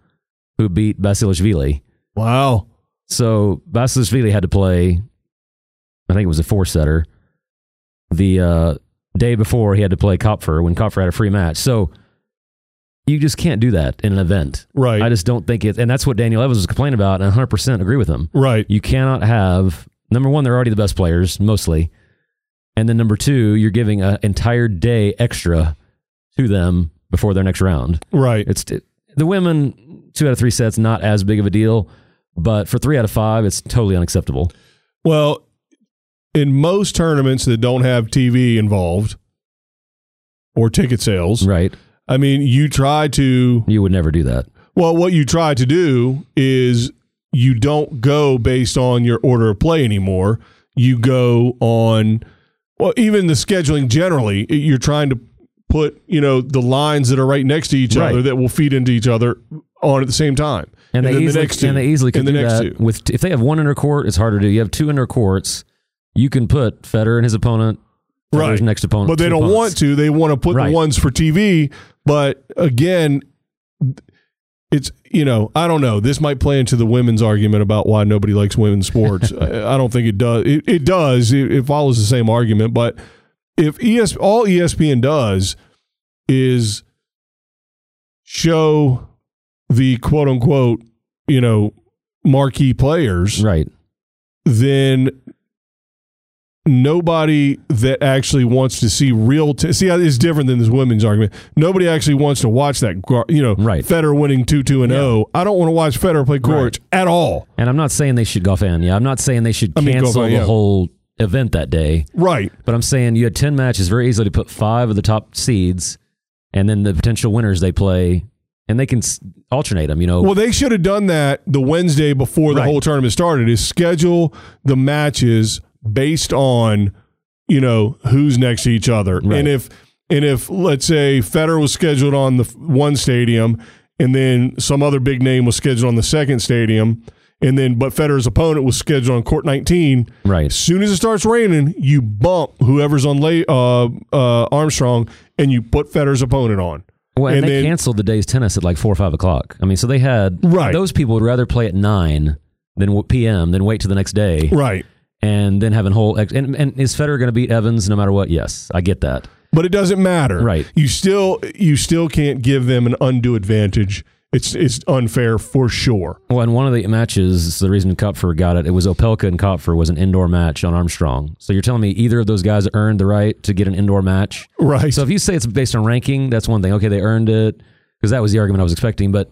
[SPEAKER 3] who beat Basilashvili.
[SPEAKER 2] wow.
[SPEAKER 3] So Vasilishvili had to play. I think it was a four setter. The uh, day before, he had to play Kopfer when Kopfer had a free match. So you just can't do that in an event.
[SPEAKER 2] Right.
[SPEAKER 3] I just don't think it. And that's what Daniel Evans was complaining about, and I 100% agree with him.
[SPEAKER 2] right.
[SPEAKER 3] You cannot have number one; they're already the best players mostly, and then number two, you're giving an entire day extra to them before their next round.
[SPEAKER 2] Right.
[SPEAKER 3] It's it, the women two out of three sets not as big of a deal, but for three out of five, it's totally unacceptable.
[SPEAKER 2] Well, in most tournaments that don't have TV involved or ticket sales,
[SPEAKER 3] Right?
[SPEAKER 2] I mean, you try to
[SPEAKER 3] You would never do that.
[SPEAKER 2] Well, what you try to do is you don't go based on your order of play anymore. You go on, well, even the scheduling generally, you're trying to put, you know, the lines that are right next to each
[SPEAKER 3] Right.
[SPEAKER 2] other that will feed into each other on at the same time.
[SPEAKER 3] And, they
[SPEAKER 2] then
[SPEAKER 3] easily
[SPEAKER 2] the next two.
[SPEAKER 3] and they easily could
[SPEAKER 2] and the
[SPEAKER 3] do
[SPEAKER 2] next
[SPEAKER 3] that
[SPEAKER 2] two.
[SPEAKER 3] with if they have one inner court, it's harder to do. You have two inner courts, you can put Federer and his opponent, Federer's
[SPEAKER 2] Right.
[SPEAKER 3] next opponent,
[SPEAKER 2] but they
[SPEAKER 3] two
[SPEAKER 2] don't
[SPEAKER 3] opponents.
[SPEAKER 2] want to. They want to put
[SPEAKER 3] Right.
[SPEAKER 2] the ones for TV. But again, it's you know I don't know. This might play into the women's argument about why nobody likes women's sports. I, I don't think it does. It, it does. It, it follows the same argument. But if ES all E ESPN does is show the quote unquote you know marquee players
[SPEAKER 3] Right.
[SPEAKER 2] then nobody that actually wants to see real t- see uh, it's different than this women's argument nobody actually wants to watch that gar- you know
[SPEAKER 3] Right.
[SPEAKER 2] Federer winning 2-2 and 0 I don't want to watch Federer play courts at all
[SPEAKER 3] And I'm not saying they should golf in. Yeah, I'm not saying they should
[SPEAKER 2] I mean, golf
[SPEAKER 3] cancel
[SPEAKER 2] in,
[SPEAKER 3] the
[SPEAKER 2] yeah.
[SPEAKER 3] whole event that day.
[SPEAKER 2] right
[SPEAKER 3] But I'm saying you had 10 matches very easily to put five of the top seeds and then the potential winners they play and they can s- alternate them, you know.
[SPEAKER 2] well they should have done that the Wednesday before the
[SPEAKER 3] Right.
[SPEAKER 2] whole tournament started is schedule the matches based on you know who's next to each other
[SPEAKER 3] Right.
[SPEAKER 2] and if and if let's say Federer was scheduled on the f- one stadium and then some other big name was scheduled on the second stadium and then but Federer's opponent was scheduled on court 19
[SPEAKER 3] right.
[SPEAKER 2] as soon as it starts raining you bump whoever's on lay, uh, uh, Armstrong and you put Federer's opponent on
[SPEAKER 3] Well, and,
[SPEAKER 2] and
[SPEAKER 3] they
[SPEAKER 2] then-
[SPEAKER 3] canceled the day's tennis at like four or five o'clock. I mean, so they had
[SPEAKER 2] Right.
[SPEAKER 3] those people would rather play at nine than w- p.m. than wait till the next day
[SPEAKER 2] right
[SPEAKER 3] and then having whole ex- and, and is Federer going to beat Evans no matter what? Yes, I get that.
[SPEAKER 2] but it doesn't matter.
[SPEAKER 3] Right.
[SPEAKER 2] You still you still can't give them an undue advantage. It's it's unfair for sure.
[SPEAKER 3] Well, and one of the matches, the reason Kopfer got it, it was Opelka and Kopfer was an indoor match on Armstrong. So you're telling me either of those guys earned the right to get an indoor match?
[SPEAKER 2] Right.
[SPEAKER 3] So if you say it's based on ranking, that's one thing. Okay, they earned it because that was the argument I was expecting. But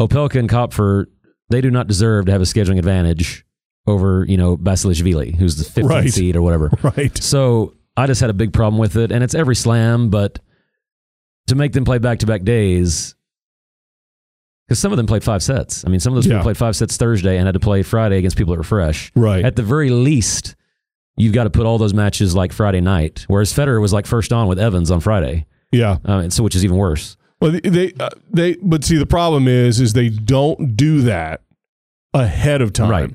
[SPEAKER 3] Opelka and Kopfer, they do not deserve to have a scheduling advantage over you know Vasilishvili, who's the 15th
[SPEAKER 2] Right.
[SPEAKER 3] seed or whatever.
[SPEAKER 2] right.
[SPEAKER 3] So I just had a big problem with it, and it's every slam, but to make them play back to back days. Because some of them played five sets. I mean, some of those
[SPEAKER 2] Yeah.
[SPEAKER 3] people played five sets Thursday and had to play Friday against people that were fresh.
[SPEAKER 2] Right.
[SPEAKER 3] At the very least, you've got to put all those matches like Friday night. Whereas Federer was like first on with Evans on Friday,
[SPEAKER 2] yeah.
[SPEAKER 3] uh, and so which is even worse.
[SPEAKER 2] Well, they- they uh, they but see the problem is is they don't do that ahead of time.
[SPEAKER 3] Right.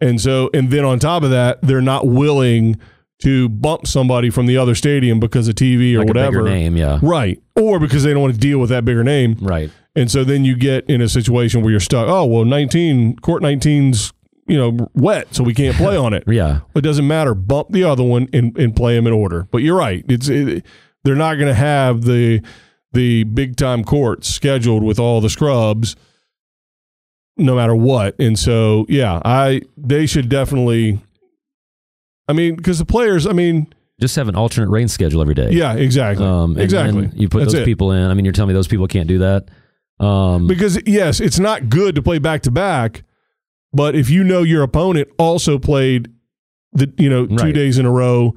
[SPEAKER 2] And so and then on top of that, they're not willing to bump somebody from the other stadium because of TV or
[SPEAKER 3] like a
[SPEAKER 2] whatever.
[SPEAKER 3] bigger name, yeah,
[SPEAKER 2] Right. Or because they don't want to deal with that bigger name.
[SPEAKER 3] right,
[SPEAKER 2] And so then you get in a situation where you're stuck. Oh, well, 19, court 19's, you know, wet, so we can't play on
[SPEAKER 3] (laughs)
[SPEAKER 2] it.
[SPEAKER 3] yeah.
[SPEAKER 2] It doesn't matter. Bump the other one and, and play them in order. But you're right. It's it, They're not going to have the the big time courts scheduled with all the scrubs no matter what. And so, yeah, I they should definitely. I mean, because the players, I mean,
[SPEAKER 3] Just have an alternate rain schedule every day.
[SPEAKER 2] yeah, exactly.
[SPEAKER 3] um, and
[SPEAKER 2] exactly.
[SPEAKER 3] then You put
[SPEAKER 2] That's
[SPEAKER 3] those
[SPEAKER 2] it.
[SPEAKER 3] people in. I mean, you're telling me those people can't do that. Um,
[SPEAKER 2] Because yes, it's not good to play back to back, but if you know your opponent also played the you know two
[SPEAKER 3] Right.
[SPEAKER 2] days in a row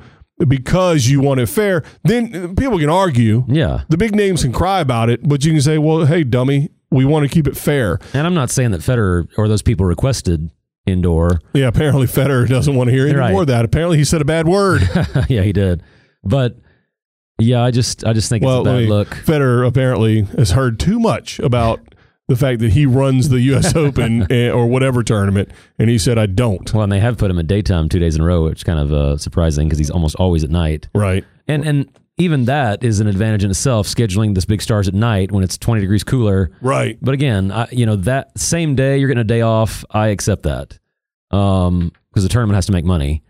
[SPEAKER 2] because you want it fair, then uh, people can argue.
[SPEAKER 3] yeah,
[SPEAKER 2] The big names can cry about it, but you can say, "Well, hey, dummy, we want to keep it fair."
[SPEAKER 3] and I'm not saying that Federer or those people requested indoor. (laughs)
[SPEAKER 2] Yeah, apparently Federer doesn't want to hear any
[SPEAKER 3] Right.
[SPEAKER 2] more of that. Apparently, he said a bad
[SPEAKER 3] (laughs)
[SPEAKER 2] word.
[SPEAKER 3] yeah, he did, but yeah, I just I just think
[SPEAKER 2] well,
[SPEAKER 3] it's a
[SPEAKER 2] let
[SPEAKER 3] bad
[SPEAKER 2] me-
[SPEAKER 3] look.
[SPEAKER 2] Federer apparently has heard too much about the fact that he runs the
[SPEAKER 3] (laughs)
[SPEAKER 2] U.S. Open eh, or whatever tournament, and he said, "I don't."
[SPEAKER 3] Well, and they have put him in daytime two days in a row, which is kind of uh, surprising because he's almost always at night.
[SPEAKER 2] Right.
[SPEAKER 3] And and even that is an advantage in itself. Scheduling this big stars at night when it's twenty degrees cooler.
[SPEAKER 2] Right.
[SPEAKER 3] But again, I, you know that same day you're getting a day off. I accept that because the tournament has to make money.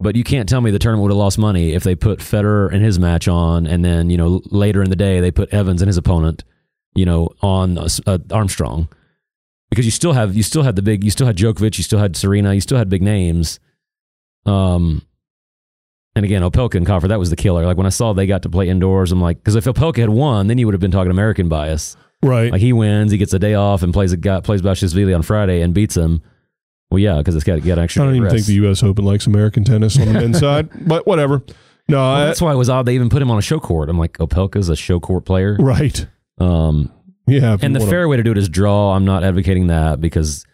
[SPEAKER 3] But you can't tell me the tournament would have lost money if they put Federer and his match on, and then you know later in the day they put Evans and his opponent, you know, on uh, uh, Armstrong, because you still have you still had the big, you still had Djokovic, you still had Serena, you still had big names. Um, and again, Opelka and Coffer, that was the killer. Like when I saw they got to play indoors, I'm like, because if Opelka had won, then you would have been talking American bias.
[SPEAKER 2] Right.
[SPEAKER 3] (laughs) Like he wins, he gets a day off, and plays a guy plays Bashishvili on Friday and beats him. Well, yeah, because it's got to get an extra.
[SPEAKER 2] I don't
[SPEAKER 3] day
[SPEAKER 2] even
[SPEAKER 3] rest.
[SPEAKER 2] think the U.S. Open likes American tennis on the
[SPEAKER 3] (laughs)
[SPEAKER 2] men's side, but whatever. No,
[SPEAKER 3] Well,
[SPEAKER 2] I,
[SPEAKER 3] that's why it was odd. They even put him on a show court. I'm like, Opelka's a show court player.
[SPEAKER 2] right.
[SPEAKER 3] Um,
[SPEAKER 2] Yeah. if
[SPEAKER 3] and
[SPEAKER 2] you
[SPEAKER 3] the
[SPEAKER 2] wanna-
[SPEAKER 3] fair way to do it is draw. I'm not advocating that because,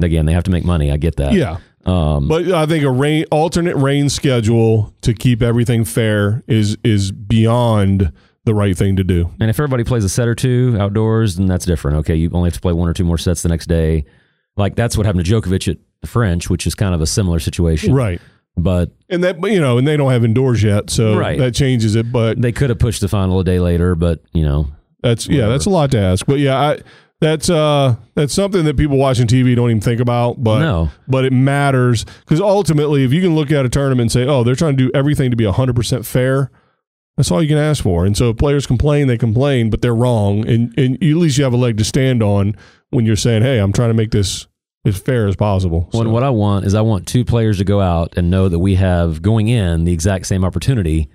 [SPEAKER 3] again, they have to make money. I get that.
[SPEAKER 2] Yeah.
[SPEAKER 3] Um,
[SPEAKER 2] But I think a rain, alternate rain schedule to keep everything fair is is beyond the right thing to do.
[SPEAKER 3] and if everybody plays a set or two outdoors, then that's different. Okay, you only have to play one or two more sets the next day. Like that's what happened to Djokovic at the French, which is kind of a similar situation.
[SPEAKER 2] Right.
[SPEAKER 3] But
[SPEAKER 2] And that but, you know, and they don't have indoors yet, so
[SPEAKER 3] Right.
[SPEAKER 2] that changes it. But
[SPEAKER 3] they could have pushed the final a day later. But you know,
[SPEAKER 2] that's yeah, that's a lot to ask. But yeah, I, that's uh, that's something that people watching TV don't even think about. But
[SPEAKER 3] No.
[SPEAKER 2] but it matters because ultimately, if you can look at a tournament and say, "Oh, they're trying to do everything to be hundred percent fair," that's all you can ask for. And so, if players complain, they complain, but they're wrong, and and you, at least you have a leg to stand on when you're saying, "Hey, I'm trying to make this as fair as possible."
[SPEAKER 3] Well,
[SPEAKER 2] So-
[SPEAKER 3] and what I want is I want two players to go out and know that we have going in the exact same opportunity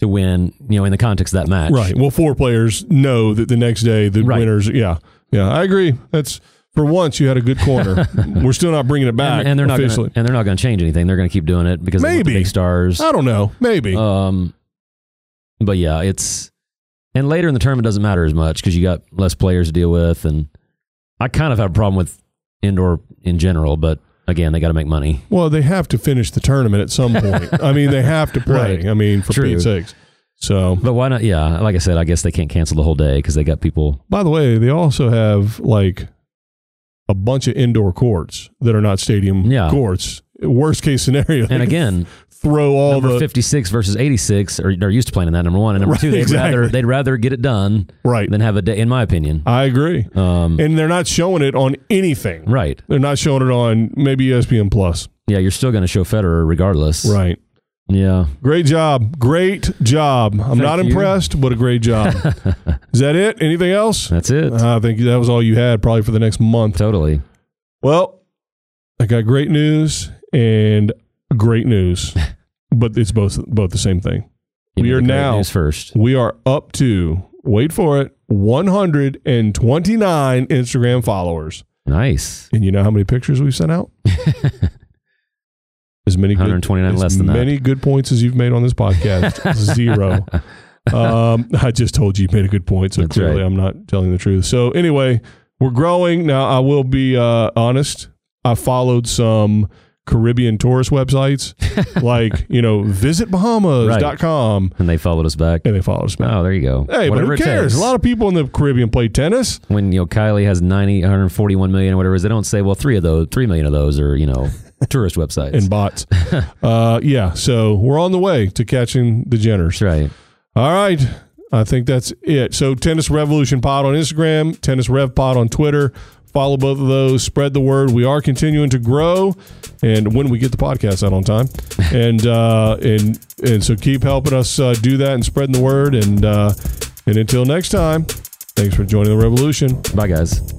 [SPEAKER 3] to win. You know, in the context of that match,
[SPEAKER 2] Right. Well, four players know that the next day the
[SPEAKER 3] Right.
[SPEAKER 2] winners. Yeah, yeah. I agree. That's for once you had a good
[SPEAKER 3] (laughs)
[SPEAKER 2] corner. We're still not bringing it back
[SPEAKER 3] And, and they're not
[SPEAKER 2] officially.
[SPEAKER 3] gonna, and they're not going to change anything. They're going to keep doing it because they want the
[SPEAKER 2] Maybe.
[SPEAKER 3] big stars.
[SPEAKER 2] I don't know. Maybe.
[SPEAKER 3] Um, but yeah, it's and later in the tournament doesn't matter as much because you got less players to deal with, and I kind of have a problem with indoor in general. But again, they got to make money.
[SPEAKER 2] well, they have to finish the tournament at some
[SPEAKER 3] (laughs)
[SPEAKER 2] point. I mean, they have to play.
[SPEAKER 3] Right.
[SPEAKER 2] I mean, for
[SPEAKER 3] True.
[SPEAKER 2] Pete's sakes. So,
[SPEAKER 3] But why not? Yeah, like I said, I guess they can't cancel the whole day because they got people.
[SPEAKER 2] by the way, they also have like a bunch of indoor courts that are not stadium
[SPEAKER 3] Yeah.
[SPEAKER 2] courts. Worst case scenario,
[SPEAKER 3] And again,
[SPEAKER 2] throw all
[SPEAKER 3] number
[SPEAKER 2] the
[SPEAKER 3] 56 versus 86 are, are used to playing in that number one and number
[SPEAKER 2] Right,
[SPEAKER 3] two they'd
[SPEAKER 2] exactly.
[SPEAKER 3] rather they'd rather get it done
[SPEAKER 2] right.
[SPEAKER 3] than have a day in my opinion
[SPEAKER 2] I agree,
[SPEAKER 3] um,
[SPEAKER 2] and they're not showing it on anything.
[SPEAKER 3] right
[SPEAKER 2] They're not showing it on maybe E ESPN Plus.
[SPEAKER 3] yeah you're still going to show federer regardless
[SPEAKER 2] Right.
[SPEAKER 3] yeah
[SPEAKER 2] Great job. Great job. I'm not
[SPEAKER 3] you.
[SPEAKER 2] impressed, but a great
[SPEAKER 3] (laughs)
[SPEAKER 2] job. Is that it? Anything else?
[SPEAKER 3] that's it
[SPEAKER 2] I think that was all you had probably for the next month.
[SPEAKER 3] totally
[SPEAKER 2] Well, I got great news and great news, but it's both both the same thing.
[SPEAKER 3] You
[SPEAKER 2] We
[SPEAKER 3] know,
[SPEAKER 2] are
[SPEAKER 3] the great
[SPEAKER 2] now-
[SPEAKER 3] news first
[SPEAKER 2] We are up to wait for it 129 Instagram followers,
[SPEAKER 3] nice
[SPEAKER 2] and you know how many pictures we've sent out? As many good
[SPEAKER 3] 129
[SPEAKER 2] as
[SPEAKER 3] less than that
[SPEAKER 2] many good points as you've made on this
[SPEAKER 3] (laughs)
[SPEAKER 2] podcast. zero. Um, I just told you you made a good point, so
[SPEAKER 3] That's
[SPEAKER 2] clearly
[SPEAKER 3] right.
[SPEAKER 2] I'm not telling the truth. So anyway, we're growing now. I will be uh, honest. I followed some Caribbean tourist
[SPEAKER 3] (laughs)
[SPEAKER 2] websites, like you know, visitbahamas.com,
[SPEAKER 3] and they followed us back
[SPEAKER 2] and they follow us. back.
[SPEAKER 3] oh there you go
[SPEAKER 2] Hey,
[SPEAKER 3] Whatever
[SPEAKER 2] but who
[SPEAKER 3] it
[SPEAKER 2] cares?
[SPEAKER 3] takes.
[SPEAKER 2] A lot of people in the Caribbean play tennis.
[SPEAKER 3] when you know Kylie has 90 141 million or whatever it is they don't say well three of those three million of those are you
[SPEAKER 2] (laughs)
[SPEAKER 3] know tourist websites
[SPEAKER 2] And
[SPEAKER 3] (laughs)
[SPEAKER 2] bots. uh, yeah, so we're on the way to catching the Jenners.
[SPEAKER 3] that's right
[SPEAKER 2] All right. I think that's it. So Tennis Revolution Pod on Instagram, Tennis Rev Pod on Twitter. Follow both of those. Spread the word. We are continuing to grow, and when we get the podcast out on time, and uh, and and so keep helping us uh, do that and spreading the word. And uh, and until next time, thanks for joining the revolution.
[SPEAKER 3] bye guys